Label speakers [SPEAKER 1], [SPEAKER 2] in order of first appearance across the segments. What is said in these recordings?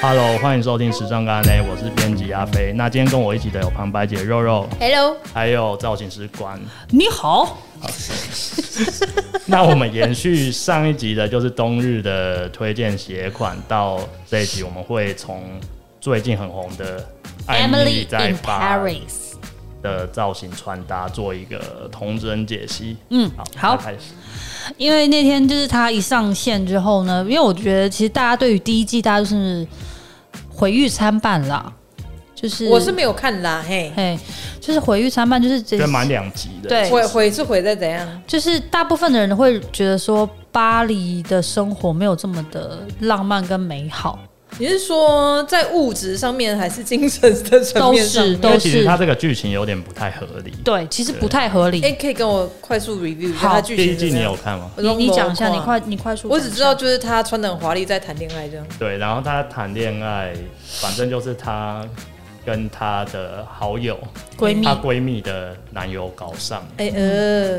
[SPEAKER 1] Hello，欢迎收听《时尚咖喱》，我是编辑阿飞。那今天跟我一起的有旁白姐肉肉，
[SPEAKER 2] Hello，
[SPEAKER 1] 还有造型师关。
[SPEAKER 3] 你好，
[SPEAKER 1] 那我们延续上一集的，就是冬日的推荐鞋款，到这一集我们会从最近很红的艾米
[SPEAKER 2] Emily
[SPEAKER 1] 在
[SPEAKER 2] in
[SPEAKER 1] 巴
[SPEAKER 2] Paris。
[SPEAKER 1] 的造型穿搭做一个同整解析。
[SPEAKER 3] 嗯
[SPEAKER 1] 好，那
[SPEAKER 3] 好
[SPEAKER 1] 开始。
[SPEAKER 3] 因为那天就是他一上线之后呢，因为我觉得其实大家对于第一季大家都是毁誉参半啦，就是
[SPEAKER 4] 我是没有看啦，嘿，
[SPEAKER 3] 嘿，就是毁誉参半，就是这
[SPEAKER 1] 这蛮两集的，
[SPEAKER 3] 对
[SPEAKER 4] 毁毁是毁在怎样？
[SPEAKER 3] 就是大部分的人会觉得说巴黎的生活没有这么的浪漫跟美好，
[SPEAKER 4] 你是说在物质上面还是精神的层面上面？
[SPEAKER 3] 都
[SPEAKER 1] 因为
[SPEAKER 3] 是
[SPEAKER 1] 其实它这个剧情有点不太合理。
[SPEAKER 3] 对，其实不太合理。
[SPEAKER 4] 哎、可以跟我快速 review 一下
[SPEAKER 3] 好
[SPEAKER 4] 它剧
[SPEAKER 1] 哦第一
[SPEAKER 4] 情
[SPEAKER 1] 季
[SPEAKER 4] 怎么
[SPEAKER 1] 你
[SPEAKER 4] 样
[SPEAKER 1] 有？看吗？
[SPEAKER 4] 我
[SPEAKER 3] 你
[SPEAKER 4] 都没
[SPEAKER 3] 你
[SPEAKER 4] 有
[SPEAKER 3] 讲一下，
[SPEAKER 4] 看
[SPEAKER 3] 你快你快速讲
[SPEAKER 4] 我
[SPEAKER 3] 一下，
[SPEAKER 4] 只知道就是他穿的很华丽，在谈恋爱这样。
[SPEAKER 1] 对，然后他谈恋爱，反正就是他跟他的好友，
[SPEAKER 3] 闺蜜
[SPEAKER 1] 她闺蜜的男友搞上，
[SPEAKER 3] 嗯
[SPEAKER 4] 哎、呃，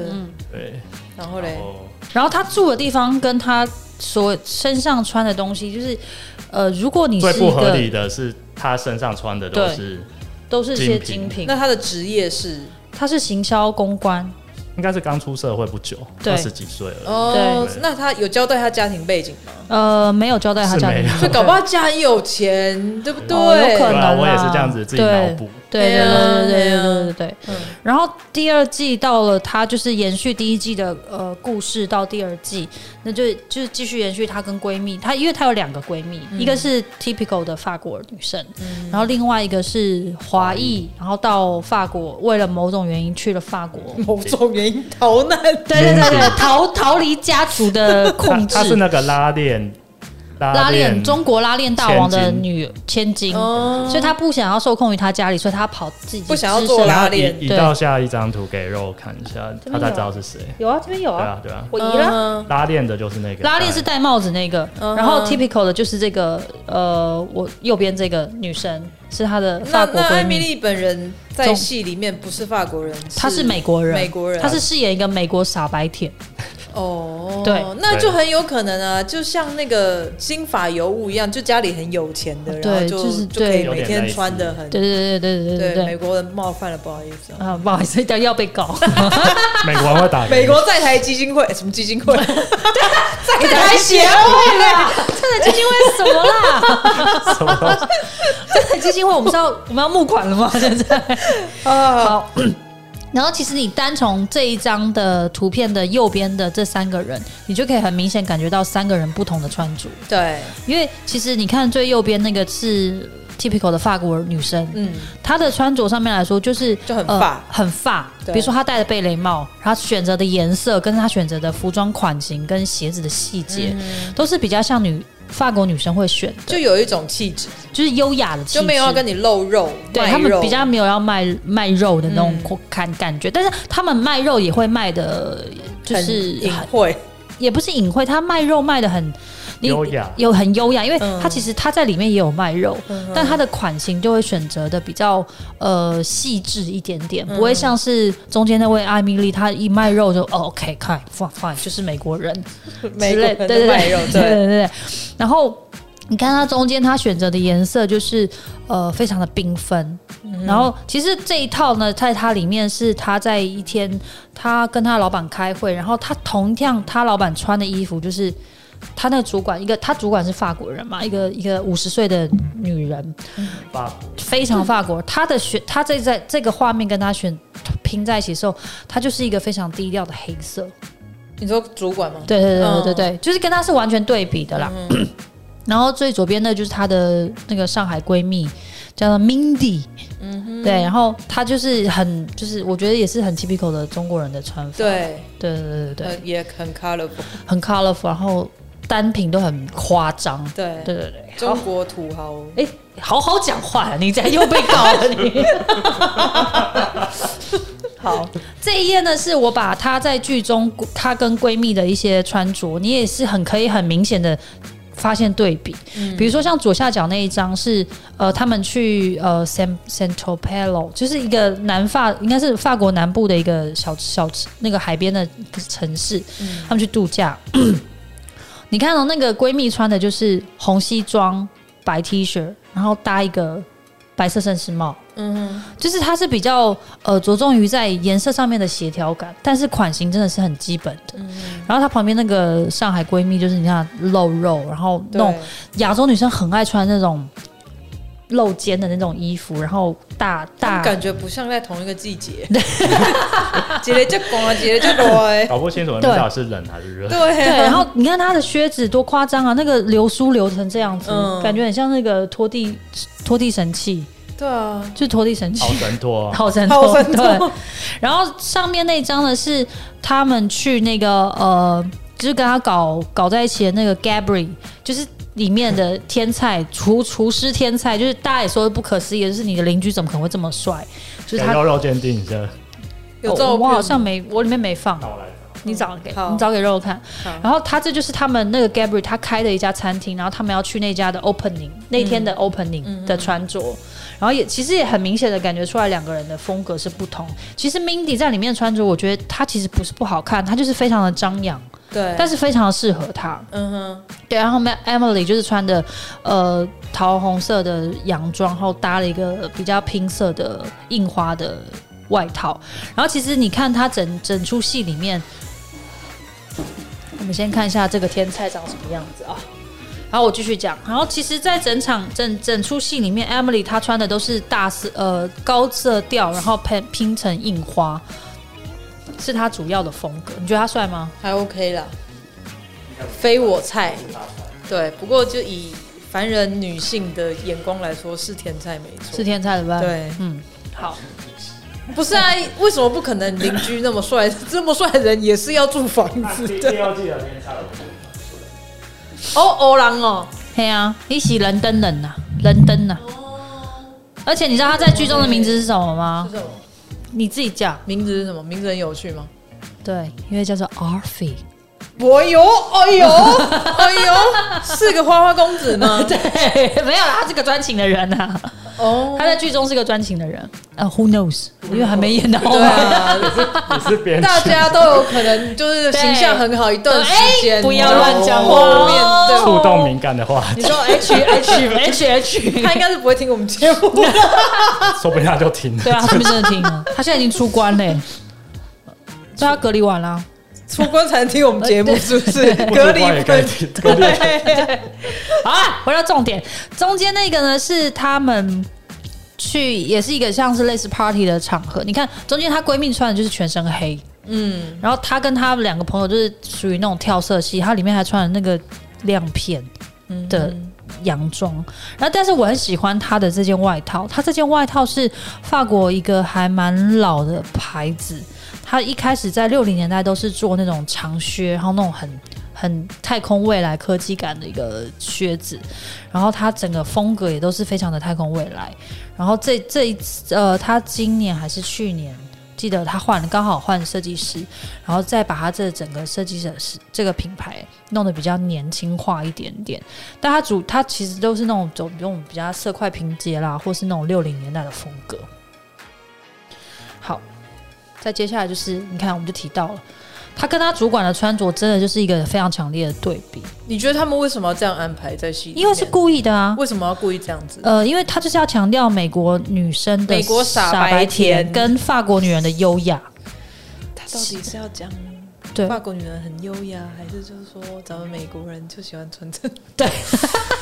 [SPEAKER 1] 对，
[SPEAKER 4] 然后嘞
[SPEAKER 1] 然，后
[SPEAKER 3] 然后他住的地方跟他所身上穿的东西，就是呃，如果你
[SPEAKER 1] 最
[SPEAKER 3] 是
[SPEAKER 1] 不
[SPEAKER 3] 一
[SPEAKER 1] 合
[SPEAKER 3] 个
[SPEAKER 1] 理的是他身上穿的都
[SPEAKER 3] 对
[SPEAKER 1] 是
[SPEAKER 3] 都是一些
[SPEAKER 1] 精
[SPEAKER 3] 精
[SPEAKER 1] 品
[SPEAKER 3] 品，
[SPEAKER 4] 那他的职业是
[SPEAKER 3] 他是行销公关，
[SPEAKER 1] 应该是刚出社会不久，
[SPEAKER 3] 对
[SPEAKER 1] 二十几岁了，
[SPEAKER 4] 哦
[SPEAKER 1] 对，
[SPEAKER 4] 那他有交代他家庭背景吗？
[SPEAKER 3] 呃，没有交代他
[SPEAKER 1] 是
[SPEAKER 3] 家
[SPEAKER 1] 没
[SPEAKER 3] 庭
[SPEAKER 1] 有，
[SPEAKER 4] 所以搞不好家很有钱，对不对？
[SPEAKER 3] 哦有可
[SPEAKER 1] 对
[SPEAKER 3] 能
[SPEAKER 1] 啊，
[SPEAKER 3] 啦
[SPEAKER 1] 我也是这样子自己脑
[SPEAKER 3] 对
[SPEAKER 1] 补。
[SPEAKER 3] 对对
[SPEAKER 4] 哎呀
[SPEAKER 3] 对对
[SPEAKER 4] 哎呀
[SPEAKER 3] 对对对对。
[SPEAKER 4] 嗯
[SPEAKER 3] 然后第二季到了，他就是延续第一季的呃故事到第二季，那就就是继续延续她跟闺蜜，她因为她有两个闺蜜，
[SPEAKER 1] 嗯
[SPEAKER 3] 一个是 typical 的法国女生，然后另外一个是华裔，然后到法国为了某种原因去了法国。
[SPEAKER 4] 某种原因逃难，
[SPEAKER 3] 对对对对，逃逃离家族的控制
[SPEAKER 1] 他，是那个拉链，
[SPEAKER 3] 拉
[SPEAKER 1] 链
[SPEAKER 3] 链中国拉链大王的
[SPEAKER 1] 千金
[SPEAKER 3] 女千金，
[SPEAKER 4] 哦
[SPEAKER 3] 所以她不想要受控于她家里，所以她跑自己
[SPEAKER 4] 不想要
[SPEAKER 3] 只
[SPEAKER 4] 做
[SPEAKER 3] 身
[SPEAKER 4] 拉
[SPEAKER 1] 然后
[SPEAKER 4] 链
[SPEAKER 1] 移移
[SPEAKER 3] 对
[SPEAKER 1] 到下一张图给肉看一下，
[SPEAKER 3] 这边
[SPEAKER 1] 他才
[SPEAKER 3] 有
[SPEAKER 1] 知道是谁。
[SPEAKER 3] 有啊，这边有
[SPEAKER 1] 对啊，对啊，
[SPEAKER 3] 我移了。
[SPEAKER 4] 嗯
[SPEAKER 1] 拉链的就是那个哎
[SPEAKER 3] 拉链是戴帽子那个，
[SPEAKER 4] 嗯哼
[SPEAKER 3] 然后 typical 的就是这个，呃，我右边这个女生是她的
[SPEAKER 4] 那
[SPEAKER 3] 法国
[SPEAKER 4] 那艾
[SPEAKER 3] 闺
[SPEAKER 4] 米
[SPEAKER 3] 蜜，
[SPEAKER 4] 丽本人在
[SPEAKER 3] 中
[SPEAKER 4] 戏里面不是法国人，
[SPEAKER 3] 她是美国人，
[SPEAKER 4] 美国人
[SPEAKER 3] 她是饰演一个美国傻白甜，
[SPEAKER 4] 哦，
[SPEAKER 3] 对
[SPEAKER 4] 那就很有可能啊，就像那个金发尤物一样，就家里很有钱的，
[SPEAKER 3] 对
[SPEAKER 4] 然后就
[SPEAKER 3] 就是
[SPEAKER 4] 就可以
[SPEAKER 3] 对
[SPEAKER 4] 每天穿的很。
[SPEAKER 3] 对对对对对对
[SPEAKER 4] 对，美国人冒犯了，不好意思啊。
[SPEAKER 3] 啊，不好意思，要要被 搞，
[SPEAKER 1] 美国人会打给你
[SPEAKER 4] 美国在台基金会，什么基 金会？在台协
[SPEAKER 3] 会 啦，这台基金会什么啦？
[SPEAKER 1] 什么 东西？
[SPEAKER 3] 这台基金会我哎们是要 我们要募款了 吗？现在？
[SPEAKER 4] 啊，
[SPEAKER 3] 好。然后其实你单从这一张的图片的右边的这三个人，你就可以很明显感觉到三个人不同的穿着。
[SPEAKER 4] 对，
[SPEAKER 3] 因为其实你看最右边那个是 typical 的法国女生，
[SPEAKER 4] 嗯，
[SPEAKER 3] 她的穿着上面来说就是呃
[SPEAKER 4] 就很法
[SPEAKER 3] 很法。
[SPEAKER 4] 对
[SPEAKER 3] 比如说她戴的贝雷帽，她选择的颜色，跟她选择的服装款型跟鞋子的细节，
[SPEAKER 4] 嗯
[SPEAKER 3] 都是比较像女法国女生会选的，
[SPEAKER 4] 就有一种气质，
[SPEAKER 3] 就是优雅的气质，
[SPEAKER 4] 就没有要跟你露肉，嗯
[SPEAKER 3] 对
[SPEAKER 4] 卖
[SPEAKER 3] 他们
[SPEAKER 4] 肉
[SPEAKER 3] 比较没有要卖卖肉的那种感感觉，但是他们卖肉也会卖的，就
[SPEAKER 4] 很
[SPEAKER 3] 是
[SPEAKER 4] 隐晦，
[SPEAKER 3] 也不是隐晦，他卖肉卖的很你
[SPEAKER 1] 优雅
[SPEAKER 3] 有很优雅，因为
[SPEAKER 4] 嗯
[SPEAKER 3] 他其实他在里面也有卖肉，
[SPEAKER 4] 嗯
[SPEAKER 3] 但他的款型就会选择的比较呃细致一点点，
[SPEAKER 4] 嗯
[SPEAKER 3] 不会像是中间那位艾米丽，她一卖肉就哦 OK fine fine fine，就是美国人
[SPEAKER 4] 美
[SPEAKER 3] 之
[SPEAKER 4] 国
[SPEAKER 3] 类，
[SPEAKER 4] 人
[SPEAKER 3] 对对
[SPEAKER 4] 的
[SPEAKER 3] 对
[SPEAKER 4] 卖肉，
[SPEAKER 3] 对对 对
[SPEAKER 4] 对，
[SPEAKER 3] 对。然后你看它中间它选择的颜色就是呃非常的缤纷，
[SPEAKER 4] 嗯
[SPEAKER 3] 然后其实这一套呢，在它里面是他在一天他跟他老板开会，然后他同样他老板穿的衣服就是。他那个主管，一个他主管是法国人
[SPEAKER 4] 嗯
[SPEAKER 3] 嘛，一个一个五十岁的女人，
[SPEAKER 1] 法
[SPEAKER 3] 非常法国。他的选，他这在这个画面跟他选拼在一起的时候，他就是一个非常低调的黑色。
[SPEAKER 4] 你说主管吗？
[SPEAKER 3] 对对对对对
[SPEAKER 4] 嗯
[SPEAKER 3] 对，就是跟她是完全对比的啦。 然后最左边的就是她的那个上海闺蜜，叫做 Mindy，嗯对，然后她就是很就是我觉得也是很 typical 的中国人的穿法，
[SPEAKER 4] 对，
[SPEAKER 3] 对对对对对，
[SPEAKER 4] 呃也很 colorful，
[SPEAKER 3] 很 colorful，然后单品都很夸张，
[SPEAKER 4] 对，
[SPEAKER 3] 对对对，
[SPEAKER 4] 中国土豪，
[SPEAKER 3] 哎、好好讲话、啊你这样又被告了你。好，这一页呢是我把她在剧中她跟闺蜜的一些穿着，你也是很可以很明显的。发现对比，比如说像左下角那一张是呃，他们去呃 San Santo p e l o 就是一个南法，应该是法国南部的一个小小那个海边的城市，他们 哦去度假。你看到、那个闺蜜穿的就是红西装、白 T 恤，然后搭一个白色绅士帽，
[SPEAKER 4] 嗯
[SPEAKER 3] 就是它是比较呃着重于在颜色上面的协调感，但是款型真的是很基本的。
[SPEAKER 4] 嗯
[SPEAKER 3] 然后它旁边那个上海闺蜜就是你看露肉，然后
[SPEAKER 4] 哼，
[SPEAKER 3] 那种
[SPEAKER 4] 对，
[SPEAKER 3] 亚洲女生很爱穿那种露肩的那种衣服，然后大
[SPEAKER 4] 他
[SPEAKER 3] 大
[SPEAKER 4] 们感觉不像在同一个季节， 节日就光，节日就光，
[SPEAKER 1] 搞不清楚那
[SPEAKER 3] 哎对啊
[SPEAKER 1] 到底是冷还是热。
[SPEAKER 4] 对
[SPEAKER 3] 对，
[SPEAKER 4] 啊
[SPEAKER 3] 然后你看她的靴子多夸张啊，那个流苏流成这样子，
[SPEAKER 4] 嗯
[SPEAKER 3] 感觉很像那个拖地拖地神器，
[SPEAKER 4] 对啊，
[SPEAKER 3] 就是拖地神器
[SPEAKER 1] 好。神哦托，
[SPEAKER 3] 好神
[SPEAKER 4] 好
[SPEAKER 3] 偷，
[SPEAKER 4] 神偷
[SPEAKER 3] 对。然后上面那张呢是他们去那个呃，就是跟他搞搞在一起的那个 Gabri，就是里面的天才厨厨师天才，就是大家也说不可思议，就是你的邻居怎么可能会这么帅？ 就
[SPEAKER 1] 给
[SPEAKER 3] 是他，
[SPEAKER 1] 肉肉鉴定一下。
[SPEAKER 4] 有
[SPEAKER 3] 哦
[SPEAKER 4] 照片
[SPEAKER 3] 我好像没，我里面没放
[SPEAKER 1] 那。我来。
[SPEAKER 3] 你找给
[SPEAKER 4] 嗯好
[SPEAKER 3] 你找给肉肉看
[SPEAKER 4] 好。
[SPEAKER 3] 然后他这就是他们那个 Gabri 他开的一家餐厅，然后他们要去那家的 opening 那
[SPEAKER 4] 嗯
[SPEAKER 3] 天的 opening 的穿着，然后也其实也很明显的感觉出来两个人的风格是不同。其实 Mindy 在里面穿着，我觉得她其实不是不好看，她就是非常的张扬，
[SPEAKER 4] 对，
[SPEAKER 3] 但是非常的适合她。
[SPEAKER 4] 嗯哼，
[SPEAKER 3] 对，然后 Ma- Emily 就是穿的呃桃红色的洋装，然后搭了一个比较拼色的印花的外套。然后其实你看她整整出戏里面，我们先看一下这个天菜长什么样子啊。然后我继续讲，然后其实，在整场整整出戏里面，Emily 她穿的都是大色呃高色调，然后拼拼成印花，是她主要的风格。你觉得她帅吗？
[SPEAKER 4] 还 OK 啦，非我菜，对，不过就以凡人女性的眼光来说，是甜菜没错
[SPEAKER 3] 是，天菜的吧？
[SPEAKER 4] 对，
[SPEAKER 3] 嗯，好。
[SPEAKER 4] 不是啊，为什么不可能邻居那么帅， 这么帅的人也是要住房子 的？
[SPEAKER 1] 要记得天差了。
[SPEAKER 4] 哦，欧郎哦，
[SPEAKER 3] 嘿啊，一起人登人呐、啊人登呐、而且你知道他在剧中的名字是什么吗
[SPEAKER 4] 是？什么？
[SPEAKER 3] 你自己讲。
[SPEAKER 4] 名字是什么？名字很有趣吗？
[SPEAKER 3] 对，因为叫做 Arfi。
[SPEAKER 4] 我有，哎呦， 哎呦，是个花花公子 吗？
[SPEAKER 3] 对，没有啦，他是个专情的人呐、
[SPEAKER 4] 哦，
[SPEAKER 3] 他在剧中是个专情的人。呃、w h o knows？因为还没演到。
[SPEAKER 4] 对啊，
[SPEAKER 1] 你是编剧
[SPEAKER 4] 大家都有可能就是形象很好一段时间，
[SPEAKER 3] 不要乱讲话
[SPEAKER 4] 后面
[SPEAKER 3] 哦
[SPEAKER 4] 对
[SPEAKER 1] 触动敏感的 话，
[SPEAKER 3] 你说 H H H H，
[SPEAKER 4] 他应该是不会听我们节目。
[SPEAKER 1] 说不定他就停了。
[SPEAKER 3] 对啊，他是不是真的听了？他现在已经出关嘞、对他隔离完了。
[SPEAKER 4] 出关才能听我们节目，是不 是？
[SPEAKER 1] 不
[SPEAKER 4] 隔
[SPEAKER 1] 出
[SPEAKER 4] 离
[SPEAKER 1] 关也可以听隔离
[SPEAKER 4] 对，
[SPEAKER 3] 好啊，回到重点，中间那个呢是他们去，也是一个像是类似 party 的场合。你看，中间她闺蜜穿的就是全身黑，
[SPEAKER 4] 嗯，
[SPEAKER 3] 然后她跟她两个朋友就是属于那种跳色系，她里面还穿了那个亮片的洋装。然后，但是我很喜欢她的这件外套，她这件外套是法国一个还蛮老的牌子。它一开始在六零年代都是做那种长靴，然后那种很很太空未来科技感的一个靴子，然后它整个风格也都是非常的太空未来。然后这这一次，呃，他今年还是去年，记得他换了，刚好换设计师，然后再把他这整个设计者是这个品牌弄得比较年轻化一点点。但他主他其实都是那种走那种比较色块拼接啦，或是那种六零年代的风格。好，再接下来就是你看，我们就提到了。他跟他主管的穿着真的就是一个非常强烈的对比，
[SPEAKER 4] 你觉得他们为什么要这样安排在戏里面？
[SPEAKER 3] 因为是故意的啊。
[SPEAKER 4] 为什么要故意这样子？
[SPEAKER 3] 呃，因为他就是要强调美国女生的
[SPEAKER 4] 美国傻
[SPEAKER 3] 傻
[SPEAKER 4] 白
[SPEAKER 3] 白
[SPEAKER 4] 甜
[SPEAKER 3] 跟法国女人的优雅。
[SPEAKER 4] 他到底是要讲
[SPEAKER 3] 对
[SPEAKER 4] 法国女人很优雅，还是就是说咱们美国人就喜欢穿这？
[SPEAKER 3] 对，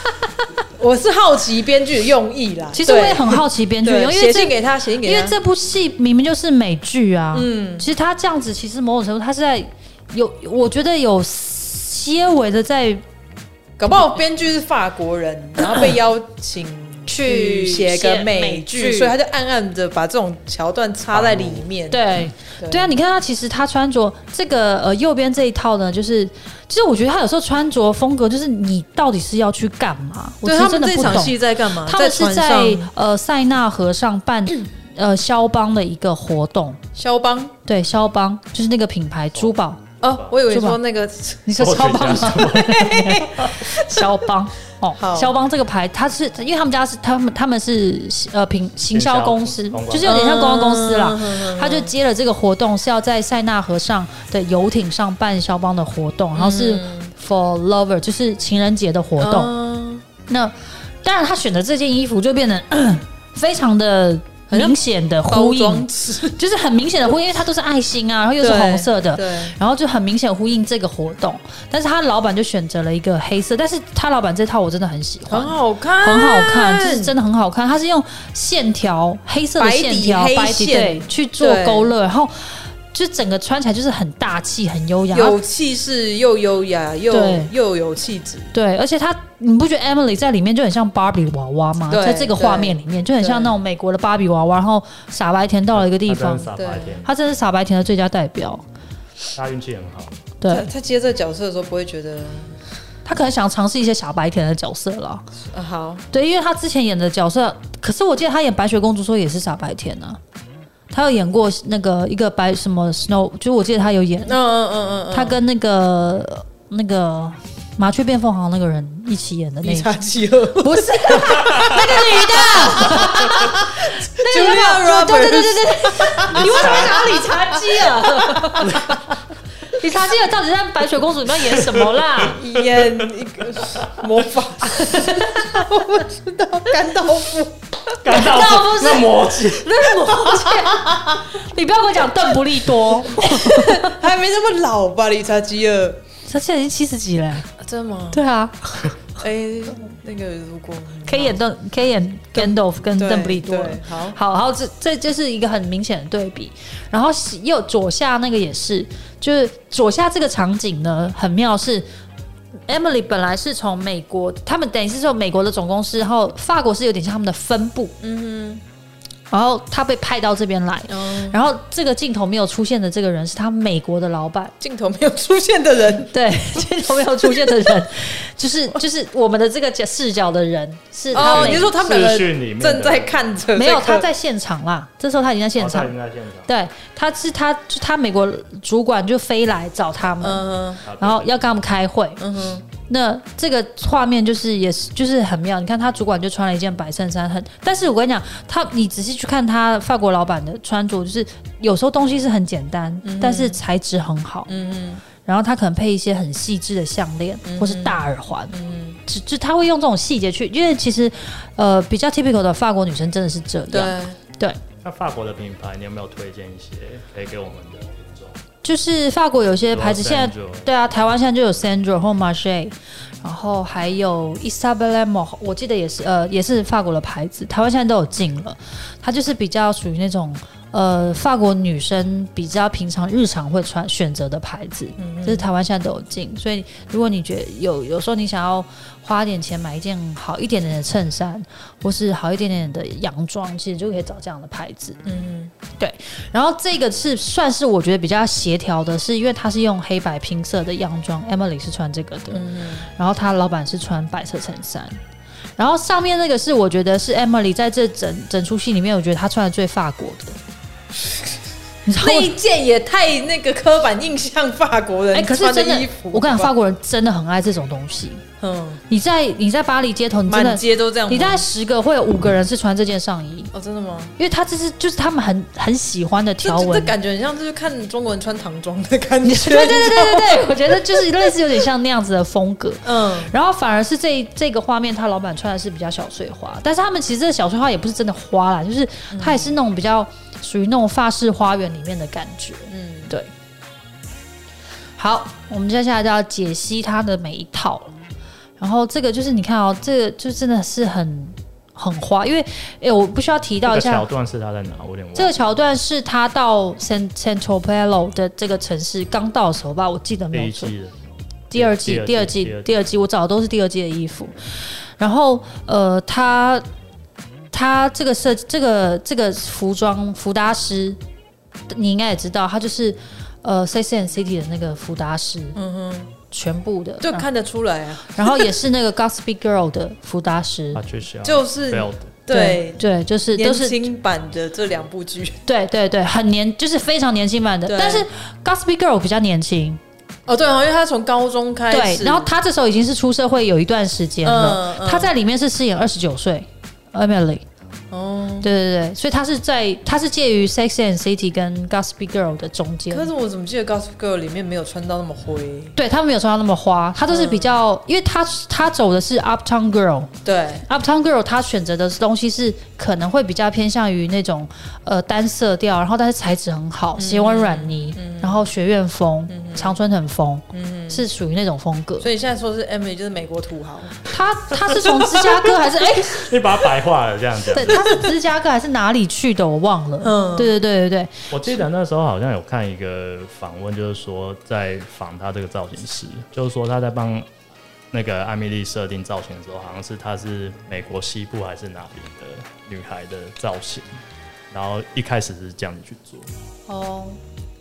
[SPEAKER 4] 我是好奇编剧的用意啦。
[SPEAKER 3] 其实我也很好奇编剧，
[SPEAKER 4] 对
[SPEAKER 3] 因
[SPEAKER 4] 对写
[SPEAKER 3] 为这
[SPEAKER 4] 信给他，写信给
[SPEAKER 3] 因
[SPEAKER 4] 他，
[SPEAKER 3] 为这部戏明明就是美剧啊，
[SPEAKER 4] 嗯
[SPEAKER 3] 其实他这样子，其实某种程度他是在有，我觉得有些微的在
[SPEAKER 4] 搞不好编剧是法国人，
[SPEAKER 3] 嗯
[SPEAKER 4] 然后被邀请
[SPEAKER 3] 去
[SPEAKER 4] 写个
[SPEAKER 3] 写
[SPEAKER 4] 美
[SPEAKER 3] 美
[SPEAKER 4] 剧，
[SPEAKER 3] 剧
[SPEAKER 4] 所以他就暗暗的把这种桥段插在里面。
[SPEAKER 3] 对对啊，你看他其实他穿着这个呃右边这一套呢，就是其实我觉得他有时候穿着风格就是你到底是要去干嘛？我
[SPEAKER 4] 对
[SPEAKER 3] 是
[SPEAKER 4] 他
[SPEAKER 3] 真
[SPEAKER 4] 们
[SPEAKER 3] 的
[SPEAKER 4] 这
[SPEAKER 3] 不
[SPEAKER 4] 场
[SPEAKER 3] 懂。
[SPEAKER 4] 戏在干嘛？
[SPEAKER 3] 他们是
[SPEAKER 4] 船
[SPEAKER 3] 在
[SPEAKER 4] 上
[SPEAKER 3] 呃塞纳河上办呃肖邦的一个活动，
[SPEAKER 4] 肖邦
[SPEAKER 3] 对，肖邦就是那个品牌珠宝，
[SPEAKER 4] 哦，我以为
[SPEAKER 3] 是吧
[SPEAKER 4] 说那个
[SPEAKER 3] 你说肖邦
[SPEAKER 1] 作
[SPEAKER 3] 吗？肖 邦哦
[SPEAKER 4] 好，
[SPEAKER 3] 肖邦这个牌，它是因为他们家是他们他们是呃品行销公司
[SPEAKER 1] 行销公，关
[SPEAKER 3] 就是有点像公关公司啦
[SPEAKER 4] 嗯。
[SPEAKER 3] 他就接了这个活动，是要在塞纳河上的游艇上办肖邦的
[SPEAKER 4] 嗯
[SPEAKER 3] 活动，然后是 for lover，就是情人节的活动。
[SPEAKER 4] 嗯
[SPEAKER 3] 那当然，他选的这件衣服就变得 咳非常的
[SPEAKER 4] 很像
[SPEAKER 3] 明显的
[SPEAKER 4] 包
[SPEAKER 3] 呼
[SPEAKER 4] 装
[SPEAKER 3] 应，
[SPEAKER 4] 纸，
[SPEAKER 3] 就是很明显的呼应，因为它都是爱心啊，然后又是
[SPEAKER 4] 对
[SPEAKER 3] 红色的，
[SPEAKER 4] 对，
[SPEAKER 3] 然后就很明显呼应这个活动。但是他老板就选择了一个黑色，但是他老板这套我真的很喜欢
[SPEAKER 4] 很。好看，
[SPEAKER 3] 很好看，就是真的很好看。它是用线条黑色的线条
[SPEAKER 4] 白底黑
[SPEAKER 3] 白底
[SPEAKER 4] 线
[SPEAKER 3] 对去做
[SPEAKER 4] 对
[SPEAKER 3] 勾勒，然后就整个穿起来就是很大气、很优雅。
[SPEAKER 4] 有气势，又优雅，又
[SPEAKER 3] 对
[SPEAKER 4] 又有气质，
[SPEAKER 3] 对，而且她，你不觉得 Emily 在里面就很像芭比娃娃吗？
[SPEAKER 4] 对
[SPEAKER 3] 在这个画面里面就很像那种美国的芭比娃娃，然后傻白甜到了一个地
[SPEAKER 1] 他真
[SPEAKER 3] 方
[SPEAKER 1] 的，傻
[SPEAKER 4] 对
[SPEAKER 1] 白甜，
[SPEAKER 3] 她真是傻白甜的最佳代表。
[SPEAKER 1] 他运气很 好。
[SPEAKER 4] 他
[SPEAKER 3] 对
[SPEAKER 4] 他接这个角色的时候不会觉得
[SPEAKER 3] 她可能想尝试一些傻白甜的角色了，
[SPEAKER 4] 啊好，
[SPEAKER 3] 对，因为她之前演的角色，可是我记得她演白雪公主的时候也是傻白甜啊，她有演过那个一个白什么 Snow，就是我记得她有演
[SPEAKER 4] 嗯，嗯嗯嗯嗯，
[SPEAKER 3] 她跟那个那个麻雀变凤凰那个人一起演的那
[SPEAKER 4] 一
[SPEAKER 3] 一
[SPEAKER 4] 叉七二
[SPEAKER 3] 不是 那个女的，那个女的
[SPEAKER 4] Julia
[SPEAKER 3] 对对对对对对，你为什么想到理查基尔？ 理查基尔到底在《白雪公主》里面演什么啦？
[SPEAKER 4] 演一个魔法师， 我不知道甘道夫，
[SPEAKER 1] 感到
[SPEAKER 3] 感到不是
[SPEAKER 1] 那魔戒，
[SPEAKER 3] 那是魔戒，你不要跟我讲邓布利多，
[SPEAKER 4] 还没那么老吧？理查基尔，
[SPEAKER 3] 他现在已经七十几了。
[SPEAKER 4] 真的吗？
[SPEAKER 3] 对啊，
[SPEAKER 4] 哎，那个如果
[SPEAKER 3] 可以演邓，可以演 Gandalf 跟
[SPEAKER 4] 对
[SPEAKER 3] 邓布利多了
[SPEAKER 4] 对。好，
[SPEAKER 3] 好，然后这这就是一个很明显的对比。然后是右左下那个也是，就是左下这个场景呢很妙是。Emily 本来是从美国，他们等于是说美国的总公司，然后法国是有点像他们的分部，
[SPEAKER 4] 嗯
[SPEAKER 3] 然后他被派到这边来，
[SPEAKER 4] 哼，嗯，
[SPEAKER 3] 然后这个镜头没有出现的这个人是他美国的老板，
[SPEAKER 4] 镜头没有出现的人，
[SPEAKER 3] 对， 镜头没有出现的人，就是就是我们的这个角视角的人是他
[SPEAKER 4] 哦，
[SPEAKER 3] 美
[SPEAKER 4] 你是说他们两
[SPEAKER 1] 视
[SPEAKER 4] 个
[SPEAKER 1] 讯里面的
[SPEAKER 4] 正在看着，
[SPEAKER 3] 没有他
[SPEAKER 4] 看
[SPEAKER 3] 在现场啦，这时候他已经在现场
[SPEAKER 1] 哦他已，经在现场
[SPEAKER 3] 对，他是他就他美国主管就飞来找他们，
[SPEAKER 4] 嗯哼，
[SPEAKER 1] 好的
[SPEAKER 3] 然后要跟他们开会。
[SPEAKER 4] 嗯哼，
[SPEAKER 3] 那这个画面就是也是就是很妙，你看他主管就穿了一件白衬衫，很。但是我跟你讲，他你仔细去看他法国老板的穿着，就是有时候东西是很简单，但是材质很好。
[SPEAKER 4] 嗯哼，嗯
[SPEAKER 3] 然后他可能配一些很细致的项链或是大耳环，只就他会用这种细节去，因为其实呃比较 typical 的法国女生真的是这样。
[SPEAKER 4] 对，
[SPEAKER 1] 那法国的品牌，你有没有推荐一些可以给我们的听众？
[SPEAKER 3] 就是法国有些牌子现在
[SPEAKER 1] 比如说 Sandro
[SPEAKER 3] 对啊，台湾现在就有 Sandro 或 Marche，然后还有 Isabella m o 我记得也是呃也是法国的牌子，台湾现在都有进了。它就是比较属于那种呃法国女生比较平常日常会穿选择的牌子，就是台湾现在都有进。所以如果你觉得有有时候你想要花点钱买一件好一点点的衬衫，或是好一点点的洋装，其实就可以找这样的牌子。
[SPEAKER 4] 嗯
[SPEAKER 3] 然后这个是算是我觉得比较协调的是，因为他是用黑白拼色的洋装，Emily 是穿这个的，
[SPEAKER 4] 嗯
[SPEAKER 3] 然后他老板是穿白色衬衫。然后上面那个是我觉得是 Emily 在这整整出戏里面，我觉得她穿的最法国的。你知道
[SPEAKER 4] 那
[SPEAKER 3] 我
[SPEAKER 4] 一件也太那个刻板印象法国
[SPEAKER 3] 哎、
[SPEAKER 4] 人
[SPEAKER 3] 可是
[SPEAKER 4] 穿的
[SPEAKER 3] 真的
[SPEAKER 4] 衣服，，
[SPEAKER 3] 我跟你讲，法国人真的很爱这种东西。
[SPEAKER 4] 嗯，
[SPEAKER 3] 你在你在巴黎街头，你真
[SPEAKER 4] 满
[SPEAKER 3] 的
[SPEAKER 4] 街都这样吗，
[SPEAKER 3] 你大概十个会有五个人是穿这件上衣，
[SPEAKER 4] 哦，真的吗？
[SPEAKER 3] 因为他这是就是他们很很喜欢的
[SPEAKER 4] 这
[SPEAKER 3] 条
[SPEAKER 4] 这
[SPEAKER 3] 纹
[SPEAKER 4] 这。感觉很像，就是看中国人穿唐装的感觉。
[SPEAKER 3] 对对对对对对，我 觉得就是类似有点像那样子的风格。
[SPEAKER 4] 嗯，
[SPEAKER 3] 然后反而是这这个画面，他老板穿的是比较小碎花，但是他们其实这个小碎花也不是真的花啦，就是它也是那种比较属于那种法式花园里面的感觉。
[SPEAKER 4] 嗯
[SPEAKER 3] 嗯，对。好，我们接下来就要解析它的每一套了。然后这个就是你看哦，这个就真的是很很花，因为诶，我不需要提
[SPEAKER 1] 这
[SPEAKER 3] 到一
[SPEAKER 1] 个
[SPEAKER 3] 下
[SPEAKER 1] 桥段是他在哪？我有点忘。
[SPEAKER 3] 这个桥段是他到 San Central Palo 的这个城市刚到的时候吧，我记得没
[SPEAKER 1] 第
[SPEAKER 3] 有
[SPEAKER 1] 一
[SPEAKER 3] 错。
[SPEAKER 1] 季的
[SPEAKER 3] 第二季、第
[SPEAKER 1] 第
[SPEAKER 3] 二
[SPEAKER 1] 二
[SPEAKER 3] 季
[SPEAKER 1] 季、
[SPEAKER 3] 第二季，我找的都是第二季的衣服。然后呃，他他这个设计这个这个服装服搭师，你应该也知道，他就是呃 C C N C D 的那个服搭师，嗯哼，全部的，
[SPEAKER 4] 就
[SPEAKER 3] 然后
[SPEAKER 4] 看得出来啊，
[SPEAKER 3] 然后也是那个 Gossip Girl 的服搭师
[SPEAKER 1] 他。去小
[SPEAKER 4] 就是对
[SPEAKER 3] 对，就是都
[SPEAKER 4] 年
[SPEAKER 3] 是
[SPEAKER 4] 轻版的这两部剧。
[SPEAKER 3] 对对对，很年就是非常年轻版的，
[SPEAKER 4] 对
[SPEAKER 3] 但是 Gossip Girl 比较年轻，
[SPEAKER 4] 哦，对哦，因为他从高中开
[SPEAKER 3] 对
[SPEAKER 4] 始，，
[SPEAKER 3] 然后他这时候已经是出社会有一段时间了，
[SPEAKER 4] 嗯嗯
[SPEAKER 3] 他在里面是饰演二十九岁 Emily，
[SPEAKER 4] 哦，
[SPEAKER 3] 对对对，所以它是在它是介于 Sex and City 跟 Gossip Girl 的中间
[SPEAKER 4] 可。是我怎么记得《Gossip Girl》里面没有穿到那么灰？
[SPEAKER 3] 对，它没有穿到那么花，它都
[SPEAKER 4] 嗯
[SPEAKER 3] 是比较，因为它它走的是 Uptown Girl。
[SPEAKER 4] 对，
[SPEAKER 3] Uptown Girl 它选择的东西是可能会比较偏向于那种呃单色调，然后但是材质很好，斜纹软泥，然后学院风，长春藤风，是属于那种风格。
[SPEAKER 4] 所以你现在说是 Emily 就是美国土豪，
[SPEAKER 3] 他他是从芝加哥还是哎、
[SPEAKER 1] 你把它白话了这样讲。
[SPEAKER 3] 对，他是芝加哥还是哪里去的？我忘了。
[SPEAKER 4] 嗯
[SPEAKER 3] 对对对对对，
[SPEAKER 1] 我记得那时候好像有看一个访问，就是说在访他这个造型师，就是说他在帮那个艾米丽设定造型的时候，好像是她是美国西部还是哪里的女孩的造型，然后一开始是这样去做，
[SPEAKER 3] 哦，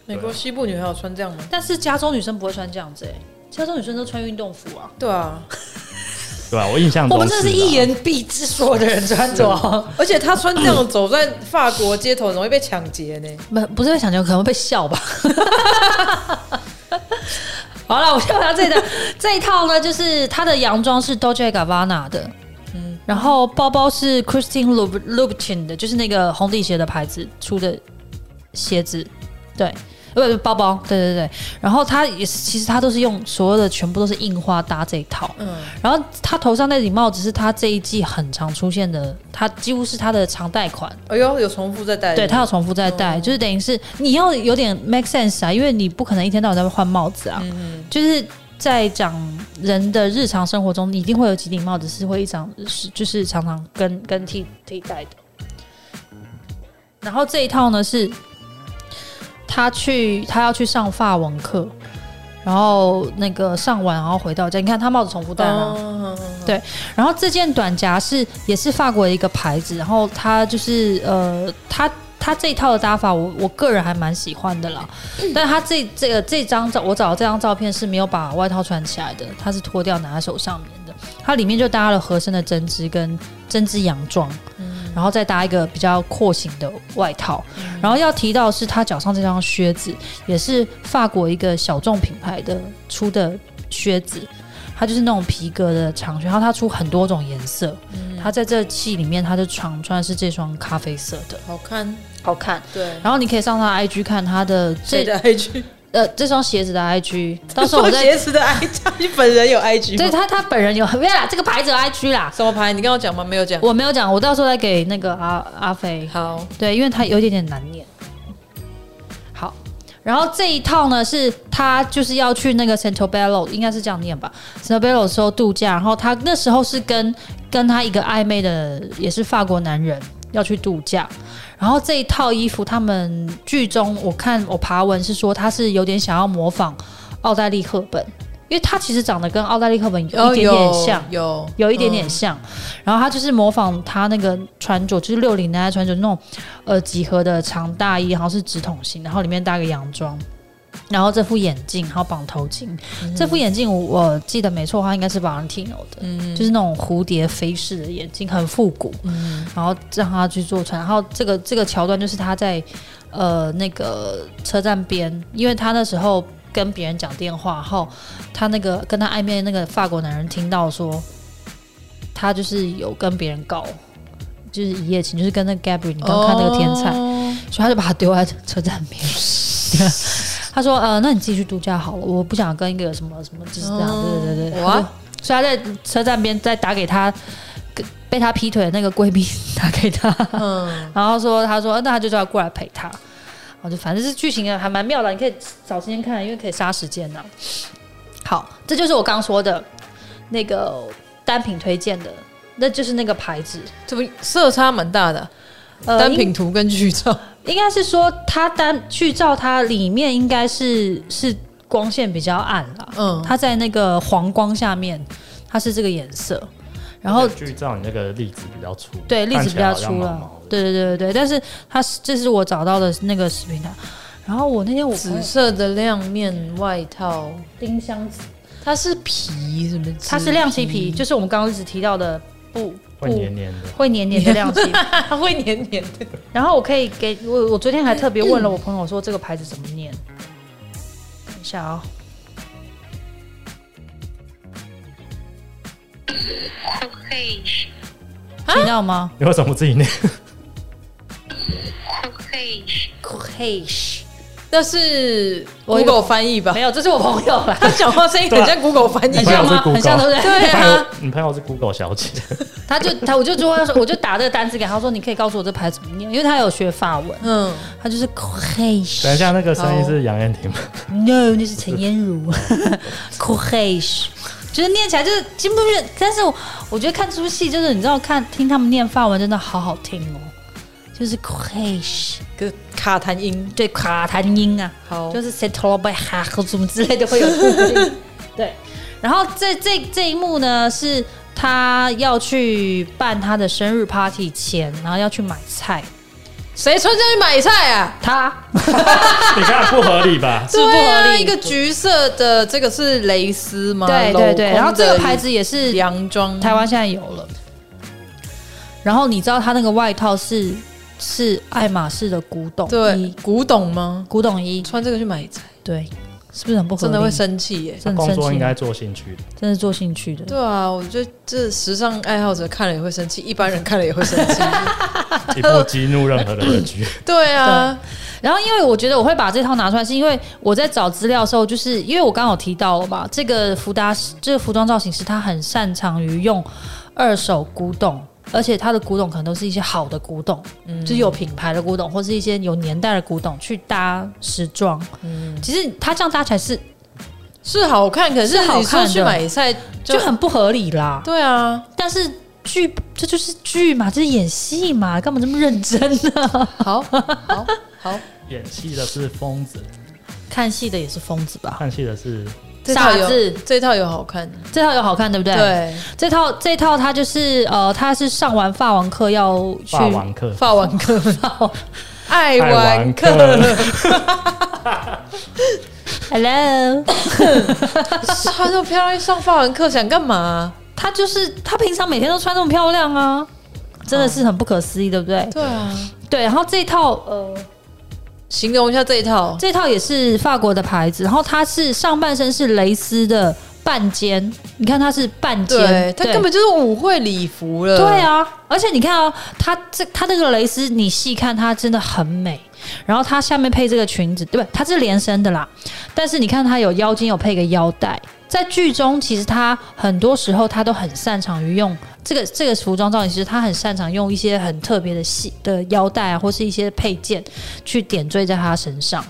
[SPEAKER 4] 美国西部女孩有穿这样吗？
[SPEAKER 3] 但是加州女生不会穿这样子哎、加州女生都穿运动服啊。
[SPEAKER 4] 对啊，
[SPEAKER 1] 对啊，我印象
[SPEAKER 3] 我
[SPEAKER 1] 中
[SPEAKER 3] 们
[SPEAKER 1] 是啊
[SPEAKER 3] 真的是一言蔽之，所有的人穿着啊，
[SPEAKER 4] 而且她穿这样走在法国街头，容易被抢劫呢。
[SPEAKER 3] 不不是被抢球，可能会被笑吧。 好了，我先把这一套 这一套呢，就是它的洋装是 Dolce Gabbana 的，嗯，然后包包是 Christine Loub Louboutin 的，就是那个红底鞋的牌子出的鞋子，对，呃不不包包，对对对，然后它也是其实它都是用所有的全部都是印花搭这一套，
[SPEAKER 4] 嗯，
[SPEAKER 3] 然后他头上那顶帽子是他这一季很常出现的，他几乎是他的常戴款。
[SPEAKER 4] 哎呦，有重复在戴，
[SPEAKER 3] 对他有重复在戴，就是等于是你要有点 make sense 啊，因为你不可能一天到晚在换帽子啊。就是在讲人的日常生活中，你一定会有几顶帽子是会一张是就是常常跟跟替替代的。然后这一套呢是他去他要去上法文课，然后那个上完然后回到家，你看他帽子重复戴吗？
[SPEAKER 4] 哦，
[SPEAKER 3] 然后这件短夹是也是法国的一个牌子，然后它就是呃，它它这一套的搭法我，我个人还蛮喜欢的啦。但它这这个这张照，我找的这张照片是没有把外套穿起来的，它是脱掉拿在手上面的。它里面就搭了合身的针织跟针织洋装，然后再搭一个比较廓形的外套。然后要提到的是它脚上这双靴子，也是法国一个小众品牌的出的靴子。它就是那种皮革的长靴，然后它出很多种颜色。
[SPEAKER 4] 嗯
[SPEAKER 3] 它在这季里面，它就常穿的是这双咖啡色的，
[SPEAKER 4] 好看，
[SPEAKER 3] 好看。
[SPEAKER 4] 对。
[SPEAKER 3] 然后你可以上它的 IG 看它的
[SPEAKER 4] 谁
[SPEAKER 3] 这
[SPEAKER 4] 的 IG？
[SPEAKER 3] 呃这双鞋子的 IG，到时候我再
[SPEAKER 4] 鞋子的 IG，你本人有 IG
[SPEAKER 3] 对
[SPEAKER 4] 吗？
[SPEAKER 3] 他他本人有没有啦？这个牌子有 IG 啦，
[SPEAKER 4] 什么牌？你跟我讲吗？没有讲。
[SPEAKER 3] 我没有讲，我到时候再给那个阿阿飞。
[SPEAKER 4] 好，
[SPEAKER 3] 对，因为它有一点点难念。好，然后这一套呢是他就是要去那个 Santobello，应该是这样念吧？Santobello 的时候度假，然后他那时候是跟跟他一个暧昧的也是法国男人要去度假，然后这一套衣服他们剧中我看我爬文是说他是有点想要模仿奥黛丽赫本，因为他其实长得跟奥黛丽赫本有一点点像。
[SPEAKER 4] 哦有
[SPEAKER 3] 有一点
[SPEAKER 4] 嗯
[SPEAKER 3] 点像。然后他就是模仿他那个穿着，就是六零年代穿着那种呃几何的长大衣，然后是直筒型，然后里面搭个洋装。然后这副眼镜，然后绑头巾。这副眼镜我我记得没错的话，应该是 Valentino 的，就是那种蝴蝶飞式的眼镜，很复古。然后让他去做穿。然后这个这个桥段就是他在呃那个车站边，因为他那时候跟别人讲电话，然后他那个跟他暧昧的那个法国男人听到说，他就是有跟别人搞，就是一夜情，就是跟那个 Gabriel 你刚看那个天才，
[SPEAKER 4] 哦
[SPEAKER 3] 所以他就把他丢在车站 边。他说：“呃，那你自己去度假好了，我不想跟一个什么什么，就是这样，
[SPEAKER 4] 哦
[SPEAKER 3] 对对对对。”
[SPEAKER 4] 哇，
[SPEAKER 3] 所以他在车站边再打给他跟被他劈腿的那个闺蜜打给他，
[SPEAKER 4] 嗯，
[SPEAKER 3] 然后说他说、呃那他就叫他过来陪他，然后就反正是剧情还蛮妙的，你可以找时间看，因为可以杀时间呐、好，这就是我刚说的那个单品推荐的，那就是那个牌子，
[SPEAKER 4] 这不色差蛮大的，啊
[SPEAKER 3] 呃
[SPEAKER 4] 单品图跟剧照。
[SPEAKER 3] 应应该是说它单剧照它里面应该是是光线比较暗啦，
[SPEAKER 4] 嗯
[SPEAKER 3] 它在那个黄光下面，它是这个颜色，然后
[SPEAKER 1] 剧照你那个例子比较粗，
[SPEAKER 3] 对，例子比较粗
[SPEAKER 1] 了
[SPEAKER 3] 了。，对对对对对，但是它是这是我找到的那个视频的。然后我那天我朋友
[SPEAKER 4] 紫色的亮面外套，
[SPEAKER 3] 丁香，
[SPEAKER 4] 它是皮是不是？
[SPEAKER 3] 它是亮漆皮，就是我们刚刚一直提到的布
[SPEAKER 1] 会
[SPEAKER 3] 布
[SPEAKER 1] 黏黏的。
[SPEAKER 3] 会黏黏的亮漆。
[SPEAKER 4] 它会黏黏的。
[SPEAKER 3] 然后我可以给我我昨天还特别问了我朋友说这个牌子怎么念，等一下啊、
[SPEAKER 2] Orange,
[SPEAKER 3] 听到吗
[SPEAKER 1] 你为什么不自己念？
[SPEAKER 3] ？Coach，
[SPEAKER 4] 那是
[SPEAKER 3] 我有
[SPEAKER 4] Google 翻译吧
[SPEAKER 3] 没？有，这是我朋友啦，
[SPEAKER 4] 他讲 话声音很像 Google 翻译
[SPEAKER 3] 很
[SPEAKER 1] 对，啊
[SPEAKER 3] 像吗？
[SPEAKER 1] 朋友
[SPEAKER 3] 很
[SPEAKER 1] 是
[SPEAKER 3] 像，对
[SPEAKER 1] Google
[SPEAKER 3] 不对？
[SPEAKER 4] 对啊，
[SPEAKER 1] 你朋友是 Google 小 姐，
[SPEAKER 3] 他就他，我就说，我就打这个单词给他，他说你可以告诉我这牌怎么念，因为他有学法文，
[SPEAKER 4] 嗯，
[SPEAKER 3] 他就是 Coach。
[SPEAKER 1] 等一下那个声音是杨燕婷吗？
[SPEAKER 3] No，那是陈嫣如 c o h e s 就是念起来就是进不是，但是我我觉得看出戏就是你知道看听他们念法文真的好好听哦，就是 c o h e s
[SPEAKER 4] 个卡痰 音。
[SPEAKER 3] 对卡痰音啊，
[SPEAKER 4] 好
[SPEAKER 3] 就是 s e t o b 哈和什么之类都会 有这个音对，然后这这这一幕呢是他要去办他的生日 party 前，然后要去买菜，
[SPEAKER 4] 谁穿上去买菜啊？
[SPEAKER 3] 他
[SPEAKER 1] 你看不合理吧？
[SPEAKER 3] 是不合理
[SPEAKER 4] 对啊一个橘色的，这个是蕾丝吗？
[SPEAKER 3] 对对对，
[SPEAKER 4] 镂空的
[SPEAKER 3] 然后这个牌子也是
[SPEAKER 4] 洋装，
[SPEAKER 3] 台湾现在有了。
[SPEAKER 4] 嗯
[SPEAKER 3] 然后你知道他那个外套是是爱马仕的古董
[SPEAKER 4] 对
[SPEAKER 3] 衣，
[SPEAKER 4] 古董吗？
[SPEAKER 3] 古董衣，
[SPEAKER 4] 穿这个去买菜，
[SPEAKER 3] 对，是不是很不合理？
[SPEAKER 4] 真的会生气耶！
[SPEAKER 1] 他
[SPEAKER 3] 真的
[SPEAKER 1] 工
[SPEAKER 3] 很
[SPEAKER 1] 作
[SPEAKER 3] 生
[SPEAKER 1] 应
[SPEAKER 3] 气，
[SPEAKER 1] 该做兴趣的，
[SPEAKER 3] 真是做兴趣的。
[SPEAKER 4] 对啊，我觉得这时尚爱好者看了也会生气，一般人看了也会生 气。
[SPEAKER 1] 一不激怒任何人的局。
[SPEAKER 4] 对啊，
[SPEAKER 3] 然后因为我觉得我会把这套拿出来，是因为我在找资料的时候，就是因为我刚刚有提到了嘛，这个福达这个服装造型师他很擅长于用二手古董。而且他的古董可能都是一些好的古董，
[SPEAKER 4] 嗯
[SPEAKER 3] 就是有品牌的古董，或是一些有年代的古董去搭时装。
[SPEAKER 4] 嗯
[SPEAKER 3] 其实它这样搭起来是
[SPEAKER 4] 是好看，可是
[SPEAKER 3] 是好
[SPEAKER 4] 你
[SPEAKER 3] 看
[SPEAKER 4] 说
[SPEAKER 3] 的
[SPEAKER 4] 去买菜
[SPEAKER 3] 就很不合理啦。
[SPEAKER 4] 对啊，
[SPEAKER 3] 但是剧这就是剧嘛，这是演戏嘛，干嘛这么认真呢？
[SPEAKER 4] 好好好，
[SPEAKER 1] 演戏的是疯子，
[SPEAKER 3] 看戏的也是疯子吧？
[SPEAKER 1] 看戏的是
[SPEAKER 4] 这套
[SPEAKER 3] 傻
[SPEAKER 4] 有
[SPEAKER 3] 子
[SPEAKER 4] 这套有好看的，
[SPEAKER 3] 这套有好看，对不对？，
[SPEAKER 4] 对，
[SPEAKER 3] 这套这套他就是呃，他是上完法王课要去
[SPEAKER 1] 霸王课，
[SPEAKER 4] 法文课，
[SPEAKER 1] 爱
[SPEAKER 4] 爱
[SPEAKER 1] 玩
[SPEAKER 4] 玩
[SPEAKER 1] 课
[SPEAKER 4] 课，啊
[SPEAKER 3] Hello，
[SPEAKER 4] 穿这么漂亮上法文课想干嘛？
[SPEAKER 3] 他就是他平常每天都穿这么漂亮啊，真的是很不可思议，对不对？
[SPEAKER 4] 对啊，
[SPEAKER 3] 对，然后这套呃，
[SPEAKER 4] 形容一下这一套，
[SPEAKER 3] 这套也是法国的牌子，然后它是上半身是蕾丝的半肩，你看它是半
[SPEAKER 4] 对
[SPEAKER 3] 肩，
[SPEAKER 4] 它根本就是舞会礼服了，
[SPEAKER 3] 对啊，而且你看哦，它这它那个蕾丝，你细看它真的很美。然后它下面配这个裙子，对不对？它是连身的啦，但是你看它有腰间有配个腰带。在剧中，其实他很多时候他都很擅长于用这个这个服装造型师，他很擅长用一些很特别的细的腰带啊，或是一些配件去点缀在他身上。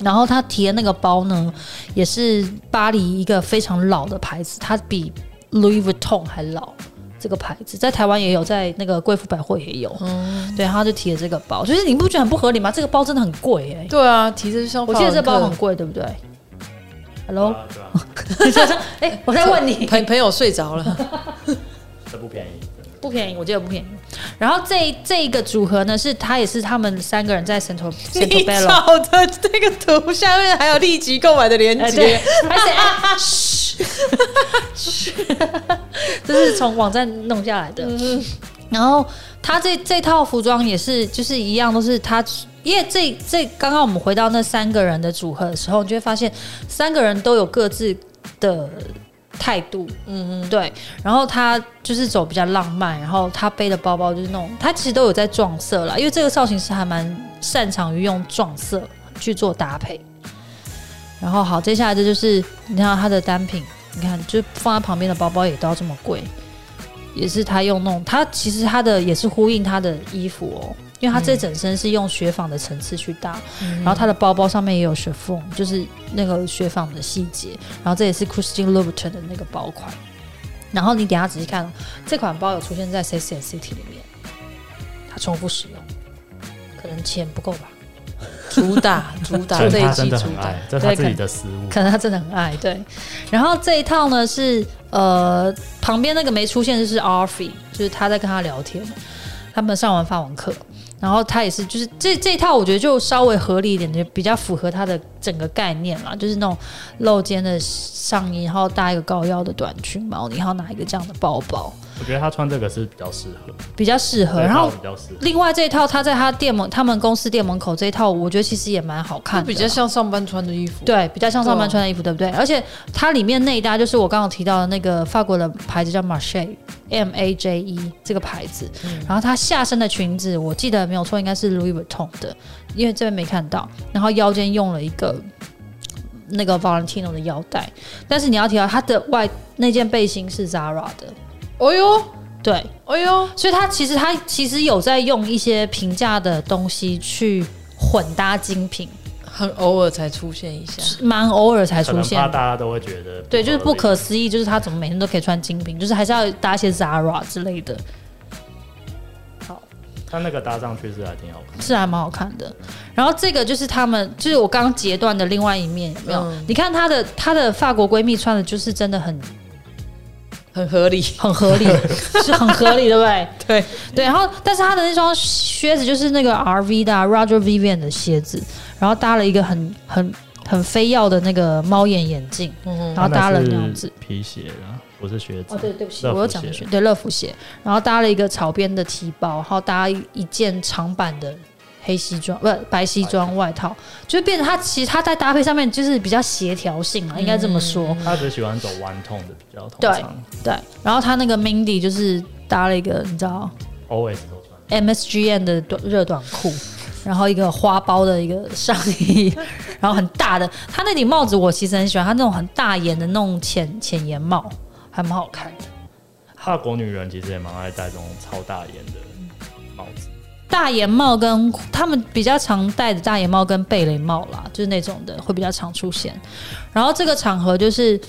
[SPEAKER 3] 然后他提的那个包呢，也是巴黎一个非常老的牌子，它比 Louis Vuitton 还老。这个牌子在台湾也有，在那个贵妇百货也有。对，然后他就提了这个包，就是你不觉得很不合理吗？这个包真的很贵哎、
[SPEAKER 4] 对啊，提着去上法
[SPEAKER 3] 我
[SPEAKER 4] 文
[SPEAKER 3] 记
[SPEAKER 4] 课，
[SPEAKER 3] 得这包很贵，对不对？Hello，
[SPEAKER 1] 啊对吧？
[SPEAKER 3] 哎、我在问你，
[SPEAKER 4] 朋朋友睡 着了，
[SPEAKER 1] 这不便宜，真的
[SPEAKER 3] 不便宜，我记得不便宜。然后这这一个组合呢，是他也是他们三个人在 Central
[SPEAKER 4] 你
[SPEAKER 3] Central Bello，
[SPEAKER 4] 找的这个图下面还有立即购买的链
[SPEAKER 3] 哎对
[SPEAKER 4] 接，，
[SPEAKER 3] 还是哎，嘘， 这是从网站弄下来的。然后他这这套服装也是，就是一样，都是他。因为这这刚刚我们回到那三个人的组合的时候，你就会发现三个人都有各自的态度，嗯嗯，对。然后他就是走比较浪漫，然后他背的包包就是那种，他其实都有在撞色啦，因为这个造型师还蛮擅长于用撞色去做搭配。然后好，接下来这就是你看他的单品，你看就放在旁边的包包也都要这么贵，也是他用弄，他其实他的也是呼应他的衣服哦，因为他这整身是用雪纺的层次去搭，然后他的包包上面也有雪缝，就是那个雪纺的细节，然后这也是 Christian Louboutin 的那个包款，然后你等一下仔细看哦，这款包有出现在 Sexy and City 里面，它重复使用，可能钱不够吧。
[SPEAKER 4] 主打主打
[SPEAKER 1] 所
[SPEAKER 4] 这
[SPEAKER 1] 以
[SPEAKER 4] 一
[SPEAKER 1] 他
[SPEAKER 4] 季
[SPEAKER 1] 真的
[SPEAKER 4] 主
[SPEAKER 1] 很
[SPEAKER 4] 打
[SPEAKER 1] 爱，，这是他自己的失误。
[SPEAKER 3] 可能他真的很爱对。然后这一套呢是呃旁边那个没出现就是 a r f i 就是他在跟他聊天，他们上完法文课，然后他也是就是这这一套我觉得就稍微合理一点，就比较符合他的整个概念啦，就是那种露肩的上衣，然后搭一个高腰的短裙毛呢，然后拿一个这样的包包，
[SPEAKER 1] 我觉得她穿这个是比较适合，
[SPEAKER 3] 比较适合。
[SPEAKER 1] 这
[SPEAKER 3] 呃然
[SPEAKER 1] 套
[SPEAKER 3] 后
[SPEAKER 1] 比较适合。
[SPEAKER 3] 另外这一套，他在他店门他们公司店门口这一套，我觉得其实也蛮好看的，
[SPEAKER 4] 它比较像上班穿的衣服。
[SPEAKER 3] 对，比较像上班
[SPEAKER 1] 嗯
[SPEAKER 4] 对啊
[SPEAKER 3] 穿的衣服，对不对？而且它里面内搭就是我刚刚有提到的那个法国的牌子叫 Marche M A J E 这个牌子，
[SPEAKER 1] 嗯
[SPEAKER 3] 然后它下身的裙子我记得没有错，应该是 Louis Vuitton 的，因为这边没看到。然后腰间用了一个那个 Valentino 的腰带，但是你要提到它的外那件背心是 Zara 的，
[SPEAKER 4] 哎呦，
[SPEAKER 3] 对，
[SPEAKER 4] 哎呦，
[SPEAKER 3] 所以它其实它其实有在用一些平价的东西去混搭精品，
[SPEAKER 4] 很偶尔才出现一下。
[SPEAKER 3] 蛮偶尔才
[SPEAKER 1] 可
[SPEAKER 3] 出
[SPEAKER 1] 能
[SPEAKER 3] 现
[SPEAKER 1] 怕
[SPEAKER 3] 的
[SPEAKER 1] 大家都会觉得
[SPEAKER 3] 对，就是不
[SPEAKER 1] 合
[SPEAKER 3] 可思议，就是他怎么每天都可以穿精品，就是还是要搭一些 Zara 之类的，
[SPEAKER 1] 理，但那个搭上去是还挺好看。
[SPEAKER 3] 是还蛮好看的。然后这个就是他们，就是我刚刚截断的另外一面，有没有？
[SPEAKER 4] 嗯
[SPEAKER 3] 你看她的她的法国闺蜜穿的就是真的很
[SPEAKER 4] 很合理，
[SPEAKER 3] 很合理，是很合理，对不对？
[SPEAKER 4] 对
[SPEAKER 3] 对。然后，但是她的那双靴子就是那个 RV 的、啊、Roger Vivian 的鞋子，然后搭了一个很很很非要的那个猫眼眼镜，
[SPEAKER 4] 嗯，
[SPEAKER 3] 然后搭了
[SPEAKER 1] 它那
[SPEAKER 3] 那
[SPEAKER 1] 是
[SPEAKER 3] 样子。
[SPEAKER 1] 皮鞋啦，不是靴子。
[SPEAKER 3] 哦，对，对不起，
[SPEAKER 1] 乐
[SPEAKER 3] 我又
[SPEAKER 1] 福
[SPEAKER 3] 讲的
[SPEAKER 1] 鞋
[SPEAKER 3] 是对乐福鞋，然后搭了一个草编的提包，然后搭一件长版的黑西装，不白西装外套，就变成它其实它在搭配上面就是比较协调性啊，应该这么说。
[SPEAKER 1] 他只喜欢走弯痛的比较通
[SPEAKER 3] 对
[SPEAKER 1] 常
[SPEAKER 3] 对，然后它那个 Mindy 就是搭了一个你知道
[SPEAKER 1] ，always 都穿。
[SPEAKER 3] MSGN 的短热短裤。然后一个花苞的一个上衣，然后很大的，它那顶帽子我其实很喜欢，它那种很大檐的那种浅浅檐帽，还蛮好看的。
[SPEAKER 1] 法国女人其实也蛮爱戴这种超大檐的帽子，
[SPEAKER 3] 大檐帽跟他们比较常戴的大檐帽跟贝雷帽啦，就是那种的会比较常出现。然后这个场合就是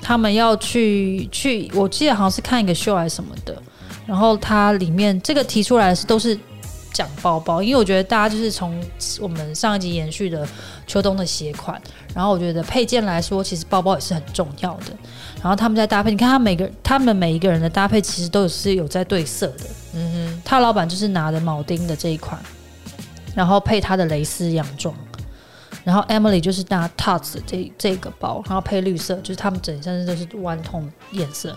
[SPEAKER 3] 他们要去去，我记得好像是看一个秀还是什么的。然后它里面这个提出来的是都是讲包包，因为我觉得大家就是从我们上一集延续的秋冬的鞋款，然后我觉得配件来说，其实包包也是很重要的。然后他们在搭配，你看他每个他们每一个人的搭配，其实都是有在对色的。
[SPEAKER 4] 嗯
[SPEAKER 3] 他老板就是拿着铆钉的这一款，然后配他的蕾丝洋装，然后 Emily 就是拿 Tots 这这个包，然后配绿色，就是他们整身都是弯筒颜色，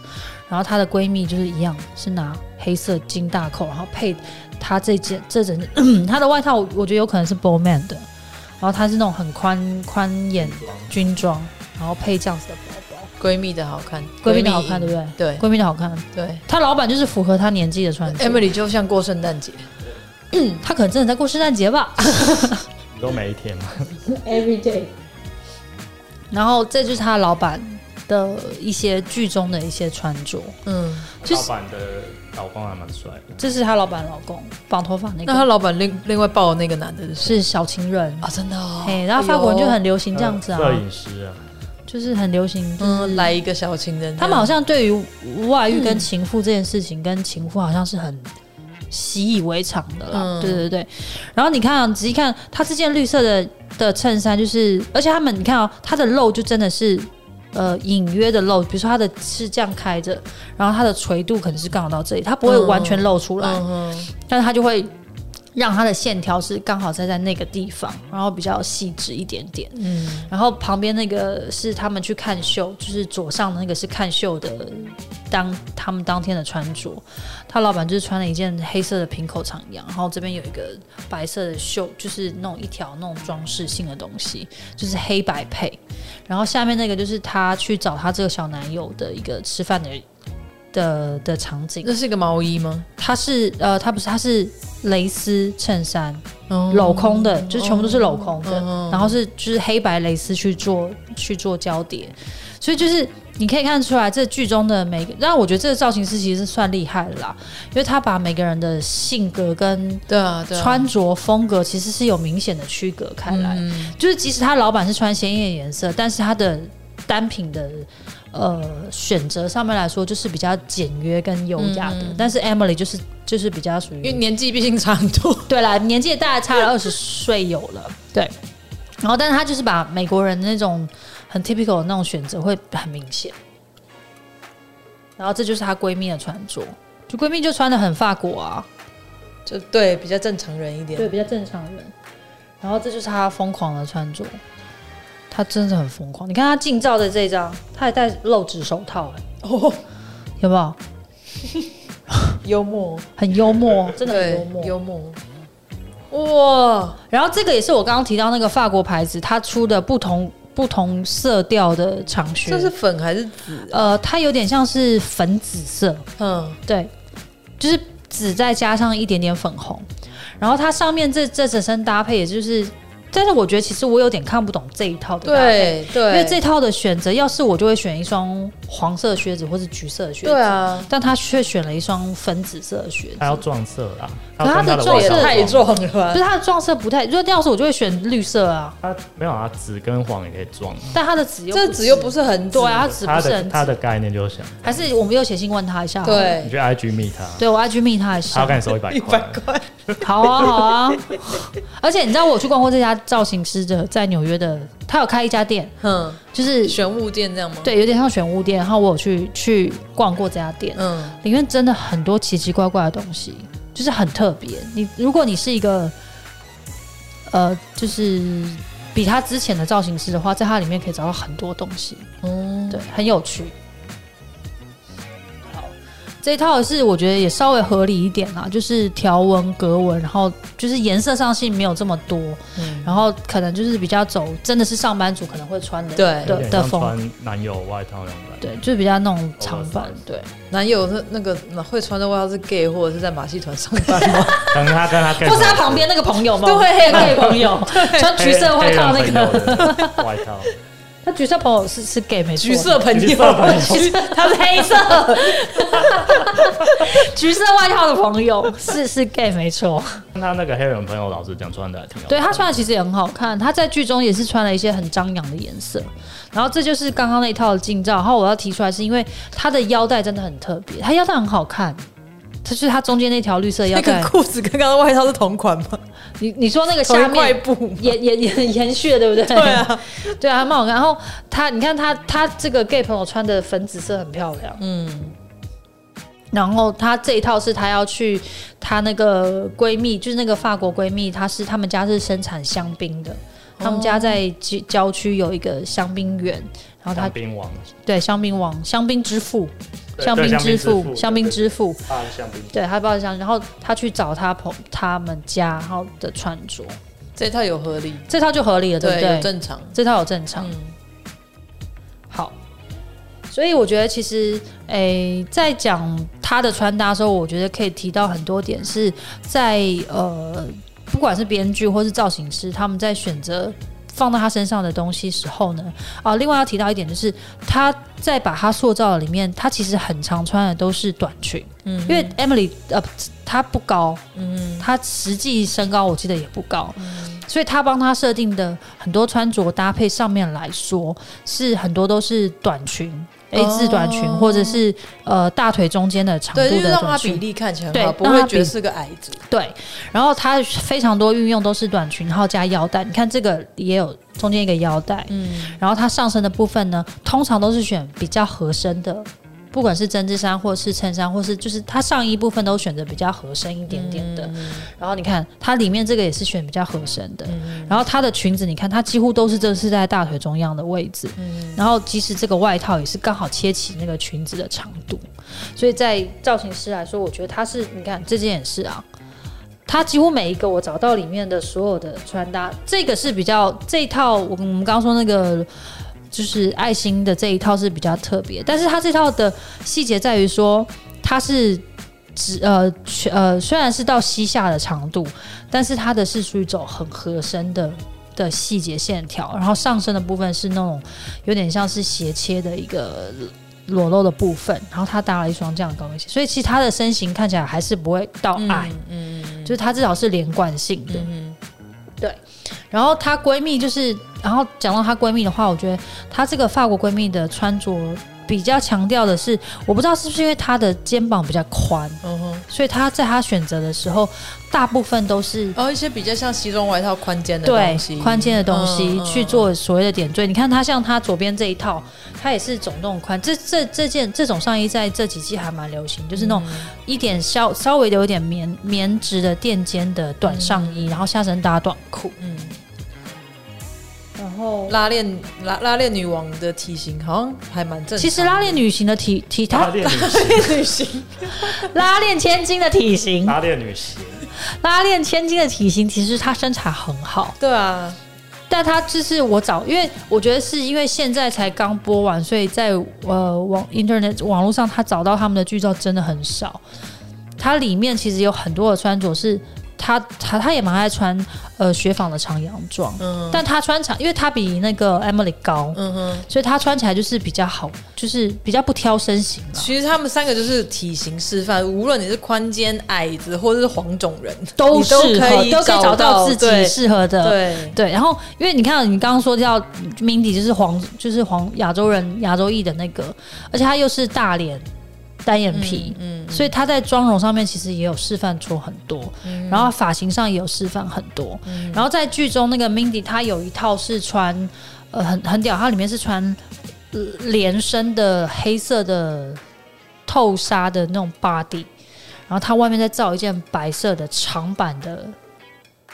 [SPEAKER 3] 然后她的闺蜜就是一样是拿黑色金大扣，然后配她这件这整嗯她的外套，我觉得有可能是 Bowman 的，然后她是那种很宽宽眼军装，然后配这样子的
[SPEAKER 4] 哼，闺蜜的好看，
[SPEAKER 3] 包，闺蜜的好看，对不对？
[SPEAKER 4] 对
[SPEAKER 3] 闺蜜的好看，
[SPEAKER 4] 对
[SPEAKER 3] 她老板就是符合她年纪的穿着，
[SPEAKER 4] ，Emily 就像过圣诞节，
[SPEAKER 3] 她可能真的在过圣诞节吧。
[SPEAKER 1] 你都每一天嘛。
[SPEAKER 3] every day。然后这就是他老板的一些剧中的一些穿着，
[SPEAKER 4] 嗯，
[SPEAKER 3] 就
[SPEAKER 1] 老
[SPEAKER 3] 是
[SPEAKER 1] 板的老公还蛮帅的，
[SPEAKER 3] 这是她老板老公绑头发那
[SPEAKER 4] 那她
[SPEAKER 3] 个，
[SPEAKER 4] 老板另另外抱的那个男的是谁
[SPEAKER 3] 是小情人。
[SPEAKER 4] 啊，真的哦，
[SPEAKER 3] 哎、然后法国人就
[SPEAKER 4] 哎呦呃
[SPEAKER 3] 很流行这样子啊，
[SPEAKER 1] 摄影师啊，
[SPEAKER 3] 就是很流行，就是、
[SPEAKER 4] 嗯，来嗯一个小情人，
[SPEAKER 3] 他们好像对于外遇跟情妇这件事情，跟情妇好像是很习以为常的啦。
[SPEAKER 4] 嗯
[SPEAKER 3] 对对对。然后你看、啊，仔细看，他这件绿色的的衬衫，就是而且他们你看啊，他的露就真的是。呃，隐约的露，比如说他的是这样开着，然后他的垂度可能是刚好到这里，他不会
[SPEAKER 4] 嗯
[SPEAKER 3] 完全露出来，
[SPEAKER 4] 嗯哼
[SPEAKER 3] 但是他就会让他的线条是刚好在在那个地方，然后比较细致一点点。
[SPEAKER 4] 嗯，
[SPEAKER 3] 然后旁边那个是他们去看秀，就是左上的那个是看秀的当他们当天的穿着。他老板就是穿了一件黑色的平口长洋，然后这边有一个白色的袖，就是那种一条那种装饰性的东西，就是黑白配。然后下面那个就是他去找他这个小男友的一个吃饭的的的场景。
[SPEAKER 4] 那是一个毛衣吗？
[SPEAKER 3] 他是呃，他不是，他是蕾丝衬衫，
[SPEAKER 4] 哦
[SPEAKER 3] 镂空的，就是全部都是镂空的，
[SPEAKER 4] 嗯
[SPEAKER 3] 然后是就是黑白蕾丝去做去做交叠，所以就是你可以看出来这剧中的每个，让我觉得这个造型师其实是算厉害了啦，因为他把每个人的性格跟
[SPEAKER 4] 对啊，对啊，
[SPEAKER 3] 穿着风格其实是有明显的区隔开来，
[SPEAKER 4] 嗯
[SPEAKER 3] 就是即使他老板是穿鲜艳颜色，但是他的单品的呃选择上面来说就是比较简约跟优雅的，但是 Emily 就是就是比较属于
[SPEAKER 4] 嗯因为年纪毕竟差很多，
[SPEAKER 3] 对啦，年纪也大概差了二十岁有了，对。然后，但是他就是把美国人那种很 typical 的那种选择会很明显。然后这就是她闺蜜的穿着，就闺蜜就穿的很法国啊，
[SPEAKER 4] 就对比较正常人一点，
[SPEAKER 3] 对，比较正常人。然后这就是她疯狂的穿着，她真的很疯狂。你看她近照的这一张，她还戴露指手套、欸，
[SPEAKER 4] 哦，
[SPEAKER 3] 有没有？
[SPEAKER 4] 幽默，
[SPEAKER 3] 很幽默，真的很
[SPEAKER 4] 对
[SPEAKER 3] 幽默。
[SPEAKER 4] 幽默。哇，
[SPEAKER 3] 然后这个也是我刚刚提到那个法国牌子，它出的不同不同色调的长靴，
[SPEAKER 4] 这是粉还是紫？
[SPEAKER 3] 呃，它有点像是粉紫色，
[SPEAKER 4] 嗯，
[SPEAKER 3] 对，就是紫再加上一点点粉红，然后它上面这这整身搭配，也就是，但是我觉得其实我有点看不懂这一套的搭配。
[SPEAKER 4] 对对，
[SPEAKER 3] 因为这套的选择，要是我就会选一双黄色靴子或是橘色的靴子，
[SPEAKER 4] 对啊，
[SPEAKER 3] 但他却选了一双粉紫色的靴子
[SPEAKER 1] 它，要撞色啦，
[SPEAKER 3] 可它
[SPEAKER 1] 要跟
[SPEAKER 3] 的
[SPEAKER 1] 它的
[SPEAKER 3] 撞
[SPEAKER 1] 外
[SPEAKER 3] 色
[SPEAKER 1] 表
[SPEAKER 4] 太
[SPEAKER 1] 撞
[SPEAKER 4] 壮了吧
[SPEAKER 3] 就？是它的撞色不太，如果要是我就会选绿色啊，
[SPEAKER 1] 它没有啊，紫跟黄也可以撞。
[SPEAKER 3] 但它的紫又
[SPEAKER 4] 这
[SPEAKER 3] 不
[SPEAKER 4] 紫又不是很紫
[SPEAKER 3] 对啊，它紫
[SPEAKER 1] 它
[SPEAKER 3] 不是
[SPEAKER 1] 的
[SPEAKER 3] 很
[SPEAKER 1] 它
[SPEAKER 3] 紫，
[SPEAKER 1] 的概念就是想，
[SPEAKER 3] 还是我们又写信问他一下好了，
[SPEAKER 1] 你
[SPEAKER 4] 对，
[SPEAKER 1] 去 IG 密他，
[SPEAKER 3] 对我 IG 密他一
[SPEAKER 1] 他要
[SPEAKER 3] 下，
[SPEAKER 1] 跟你收一百
[SPEAKER 4] 一
[SPEAKER 1] 块
[SPEAKER 4] 百。块，
[SPEAKER 3] 好啊，好啊。 而且你知道我有去逛过这家造型师的，在纽约的，他有开一家店，
[SPEAKER 4] 嗯，
[SPEAKER 3] 就是
[SPEAKER 4] 玄物店这样吗？，
[SPEAKER 3] 对，有点像玄物店。然后我有去去逛过这家店，
[SPEAKER 4] 嗯，
[SPEAKER 3] 里面真的很多奇奇怪怪的东西，就是很特别。你如果你是一个呃，就是比他之前的造型师的话，在它里面可以找到很多东西，
[SPEAKER 4] 嗯，
[SPEAKER 3] 对，很有趣。好，这一套是我觉得也稍微合理一点啦，就是条纹、格纹，然后就是颜色上性没有这么多，
[SPEAKER 4] 嗯，
[SPEAKER 3] 然后可能就是比较走，真的是上班族可能会穿的，
[SPEAKER 4] 对
[SPEAKER 1] 有
[SPEAKER 3] 的
[SPEAKER 1] 点
[SPEAKER 3] 的
[SPEAKER 1] 像
[SPEAKER 3] 风，
[SPEAKER 1] 穿男友外套那种感觉。
[SPEAKER 3] 对，就是比较那种长版，对，
[SPEAKER 4] 男友那那个会穿的外套是 gay 或者是在马戏团上 班吗？
[SPEAKER 1] 可能他跟他更
[SPEAKER 3] 不是他旁边那个朋友吗？
[SPEAKER 4] 对
[SPEAKER 3] 那个朋友穿橘色外套那个，
[SPEAKER 1] 个外套，
[SPEAKER 3] 他橘色朋友是是 gay 没错，
[SPEAKER 4] 橘色朋友，
[SPEAKER 1] 橘色朋 友
[SPEAKER 4] 橘
[SPEAKER 3] 他是黑色， 橘色外套的朋友是是 gay 没错。
[SPEAKER 1] 他那个黑人朋友老师讲穿的还挺好看。
[SPEAKER 3] 对他穿的其实也很好看，他在剧中也是穿了一些很张扬的颜色。然后这就是刚刚那一套的近照，然后我要提出来是因为它的腰带真的很特别，它腰带很好看，它就是它中间那条绿色腰
[SPEAKER 4] 那
[SPEAKER 3] 带
[SPEAKER 4] 个。裤子跟刚刚的外套是同款 吗？
[SPEAKER 3] 你你说那个
[SPEAKER 4] 同
[SPEAKER 3] 下
[SPEAKER 4] 一块
[SPEAKER 3] 面
[SPEAKER 4] 布吗？
[SPEAKER 3] 延延延延续的对不对？
[SPEAKER 4] 对 啊，
[SPEAKER 3] 对啊，还蛮好看。然后他你看他他这个 gay 朋友穿的粉紫色很漂亮，
[SPEAKER 4] 嗯，
[SPEAKER 3] 然后她这一套是她要去她那个闺蜜，就是那个法国闺蜜，她是他们家是生产香槟的，他们家在郊郊区有一个香槟园，然后她
[SPEAKER 1] 当兵王，
[SPEAKER 3] 对香槟王、香槟之父、
[SPEAKER 1] 对
[SPEAKER 3] 香
[SPEAKER 1] 对
[SPEAKER 3] 槟
[SPEAKER 1] 香槟之
[SPEAKER 3] 之
[SPEAKER 1] 父
[SPEAKER 3] 父、香槟
[SPEAKER 1] 对
[SPEAKER 3] 之父，
[SPEAKER 1] 他是香槟。
[SPEAKER 3] 对，她抱着香槟，然后她去找她朋他们家然后的穿着，
[SPEAKER 4] 这一套有合理，
[SPEAKER 3] 这套就合理了，对不
[SPEAKER 4] 有
[SPEAKER 3] 对？
[SPEAKER 4] 正常，
[SPEAKER 3] 这套有正常。
[SPEAKER 4] 嗯，
[SPEAKER 3] 好，所以我觉得其实，诶、在讲他的穿搭的时候，我觉得可以提到很多点是在呃，不管是编剧或是造型师，他们在选择。放到他身上的东西时候呢，啊，另外要提到一点就是，他在把他塑造的里面，他其实很常穿的都是短裙，嗯，因为 Emily 呃，她不高，嗯，她实际身高我记得也不高，
[SPEAKER 4] 嗯
[SPEAKER 3] 所以他帮他设定的很多穿着搭配上面来说，是很多都是短裙、A 字短裙，
[SPEAKER 4] 哦
[SPEAKER 3] 或者是呃大腿中间的长度
[SPEAKER 4] 对，就是
[SPEAKER 3] 的
[SPEAKER 4] 让它
[SPEAKER 3] 短
[SPEAKER 4] 比
[SPEAKER 3] 裙。
[SPEAKER 4] 例看起来
[SPEAKER 3] 对
[SPEAKER 4] 很好，不
[SPEAKER 3] 让它
[SPEAKER 4] 会觉得
[SPEAKER 3] 比
[SPEAKER 4] 是个矮子。
[SPEAKER 3] 对，然后它非常多运用都是短裙，然后加腰带。你看这个也有中间一个腰带，
[SPEAKER 4] 嗯，
[SPEAKER 3] 然后它上身的部分呢，通常都是选比较合身的。不管是针织衫，或是衬衫，或是就是它上衣部分都选择比较合身一点点的，然后你看它里面这个也是选比较合身的，然后它的裙子你看它几乎都是这是在大腿中央的位置，然后即使这个外套也是刚好切起那个裙子的长度，所以在造型师来说，我觉得它是你看这件也是啊。它几乎每一个我找到里面的所有的穿搭，这个是比较这一套，我我们刚刚说那个就是爱心的这一套是比较特别，但是它这套的细节在于说它是只呃全呃虽然是到膝下的长度，但是它的是属于走很合身的的细节线条，然后上身的部分是那种有点像是斜切的一个裸露的部分，然后他搭了一双这样的高跟鞋，所以其实他的身形看起来还是不会到
[SPEAKER 4] 嗯
[SPEAKER 3] 矮，就是他至少是连贯性的。对，然后她闺蜜就是，然后讲到她闺蜜的话，我觉得她这个法国闺蜜的穿着比较强调的是，我不知道是不是因为她的肩膀比较宽，
[SPEAKER 4] 嗯哼，
[SPEAKER 3] 所以她在她选择的时候，大部分都是
[SPEAKER 4] 然后一些比较像西装外套宽嗯肩的
[SPEAKER 3] 对
[SPEAKER 4] 东西，
[SPEAKER 3] 宽肩的东西、
[SPEAKER 4] 嗯嗯
[SPEAKER 3] 去做所谓的点缀。你看它像它左边这一套，它也是走那种宽，这这这件这种上衣在这几季还蛮流行，就是那种一点稍稍微的有点棉棉质嗯的垫肩的短上衣，然后下身搭短裤。
[SPEAKER 4] 嗯，
[SPEAKER 3] 然后
[SPEAKER 4] 拉链拉拉链女王的体型好像还蛮正常的。
[SPEAKER 3] 其实拉链女型的体体
[SPEAKER 1] 拉
[SPEAKER 3] 她
[SPEAKER 1] 链女行，
[SPEAKER 4] 女型，
[SPEAKER 3] 拉链千金的体型，
[SPEAKER 1] 拉链女行，
[SPEAKER 3] 拉链千金的体型，其实她身材很好，
[SPEAKER 4] 对啊，
[SPEAKER 3] 但她就是我找，因为我觉得是因为现在才刚播完，所以在呃网 internet 网络上，她找到他们的剧照真的很少。它里面其实有很多的穿着是。她她她也蛮爱穿呃雪纺的长洋装，
[SPEAKER 4] 嗯
[SPEAKER 3] 但她穿长，因为她比那个 Emily 高，
[SPEAKER 4] 嗯哼，
[SPEAKER 3] 所以她穿起来就是比较好，就是比较不挑身形了。
[SPEAKER 4] 其实他们三个就是体型示范，无论你是宽肩、矮子或者是黄种 人，
[SPEAKER 3] 都
[SPEAKER 4] 你
[SPEAKER 3] 适合，
[SPEAKER 4] 可以
[SPEAKER 3] 都可以找
[SPEAKER 4] 到
[SPEAKER 3] 到自己
[SPEAKER 4] 对
[SPEAKER 3] 适合的。
[SPEAKER 4] 对
[SPEAKER 3] 对，然后因为你看，你刚刚说到 Mindy 就是黄，就是黄亚洲人、亚洲裔的那个，而且他又是大脸、单眼皮，
[SPEAKER 4] 嗯，
[SPEAKER 3] 所以他在妆容上面其实也有示范出很多，
[SPEAKER 4] 嗯
[SPEAKER 3] 然后发型上也有示范很多。然后在剧中那个 Mindy 她有一套是穿，呃，很很屌，它里面是穿呃连身的黑色的透纱的那种 body，然后她外面再罩一件白色的长版的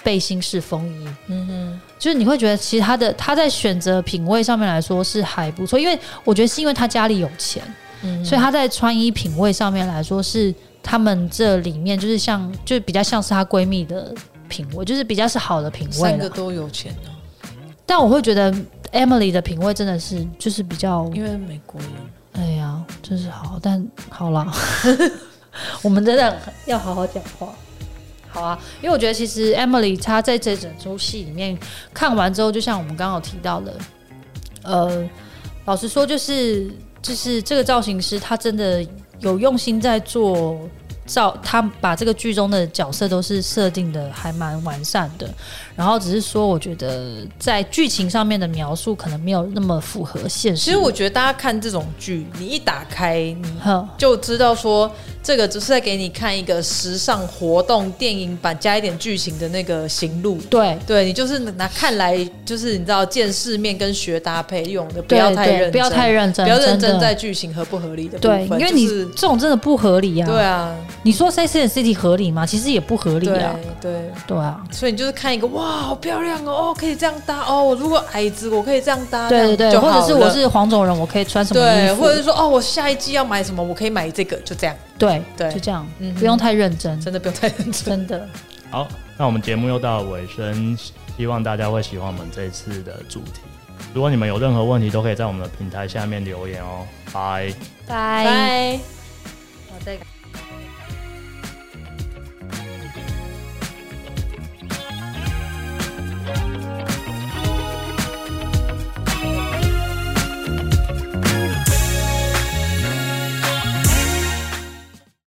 [SPEAKER 3] 背心式风衣，
[SPEAKER 4] 嗯哼，
[SPEAKER 3] 就是你会觉得其实他的他在选择品味上面来说是还不错，因为我觉得是因为他家里有钱，
[SPEAKER 4] 嗯
[SPEAKER 3] 所以他在穿衣品味上面来说是他们这里面就是像就比较像是她闺蜜的品味，就是比较是好的品味
[SPEAKER 4] 三个
[SPEAKER 3] 了。
[SPEAKER 4] 都有钱哦、
[SPEAKER 3] 但我会觉得 Emily 的品味真的是就是比较，
[SPEAKER 4] 因为美国人。
[SPEAKER 3] 哎呀，就是好，但好 啦，我们真的要好好讲话。好啊，因为我觉得其实 Emily 她在这整出戏里面看完之后，就像我们刚刚有提到的，呃，老实说，就是就是这个造型师他真的有用心在做造，他把这个剧中的角色都是设定的还蛮完善的，然后只是说我觉得在剧情上面的描述可能没有那么符合现实。
[SPEAKER 4] 其实我觉得大家看这种剧，你一打开，你
[SPEAKER 3] 哼，
[SPEAKER 4] 就知道说这个只是在给你看一个时尚活动电影版加一点剧情的那个行路。
[SPEAKER 3] 对，
[SPEAKER 4] 对你就是拿看来就是你知道见世面跟学搭配用的，不
[SPEAKER 3] 对
[SPEAKER 4] 要太
[SPEAKER 3] 对
[SPEAKER 4] 认真，
[SPEAKER 3] 不要太认真，
[SPEAKER 4] 不要认真
[SPEAKER 3] 的
[SPEAKER 4] 在剧情合不合理的部
[SPEAKER 3] 对，
[SPEAKER 4] 分，
[SPEAKER 3] 因为你
[SPEAKER 4] 就是
[SPEAKER 3] 这种真的不合理呀、
[SPEAKER 4] 对，啊，
[SPEAKER 3] 你说 Sex and the City 合理吗？其实也不合理
[SPEAKER 4] 对
[SPEAKER 3] 啊。
[SPEAKER 4] 对，
[SPEAKER 3] 对啊，
[SPEAKER 4] 所以你就是看一个哇，好漂亮哦，哦可以这样搭哦，我如果矮子我可以这样搭，这
[SPEAKER 3] 对对对，
[SPEAKER 4] 样就
[SPEAKER 3] 或
[SPEAKER 4] 好
[SPEAKER 3] 者是我
[SPEAKER 4] 了
[SPEAKER 3] 是黄种人，我可以穿什么衣
[SPEAKER 4] 对，
[SPEAKER 3] 服？
[SPEAKER 4] 或者是说哦，我下一季要买什么，我可以买这个，就这样，
[SPEAKER 3] 对
[SPEAKER 4] 对
[SPEAKER 3] 就这样，
[SPEAKER 4] 嗯哼
[SPEAKER 3] 不用太认真，
[SPEAKER 4] 真的不用太认真。
[SPEAKER 3] 真的。
[SPEAKER 1] 好，那我们节目又到了尾声，希望大家会喜欢我们这次的主题。如果你们有任何问题，都可以在我们的平台下面留言哦。拜。
[SPEAKER 3] 拜
[SPEAKER 4] 拜，我再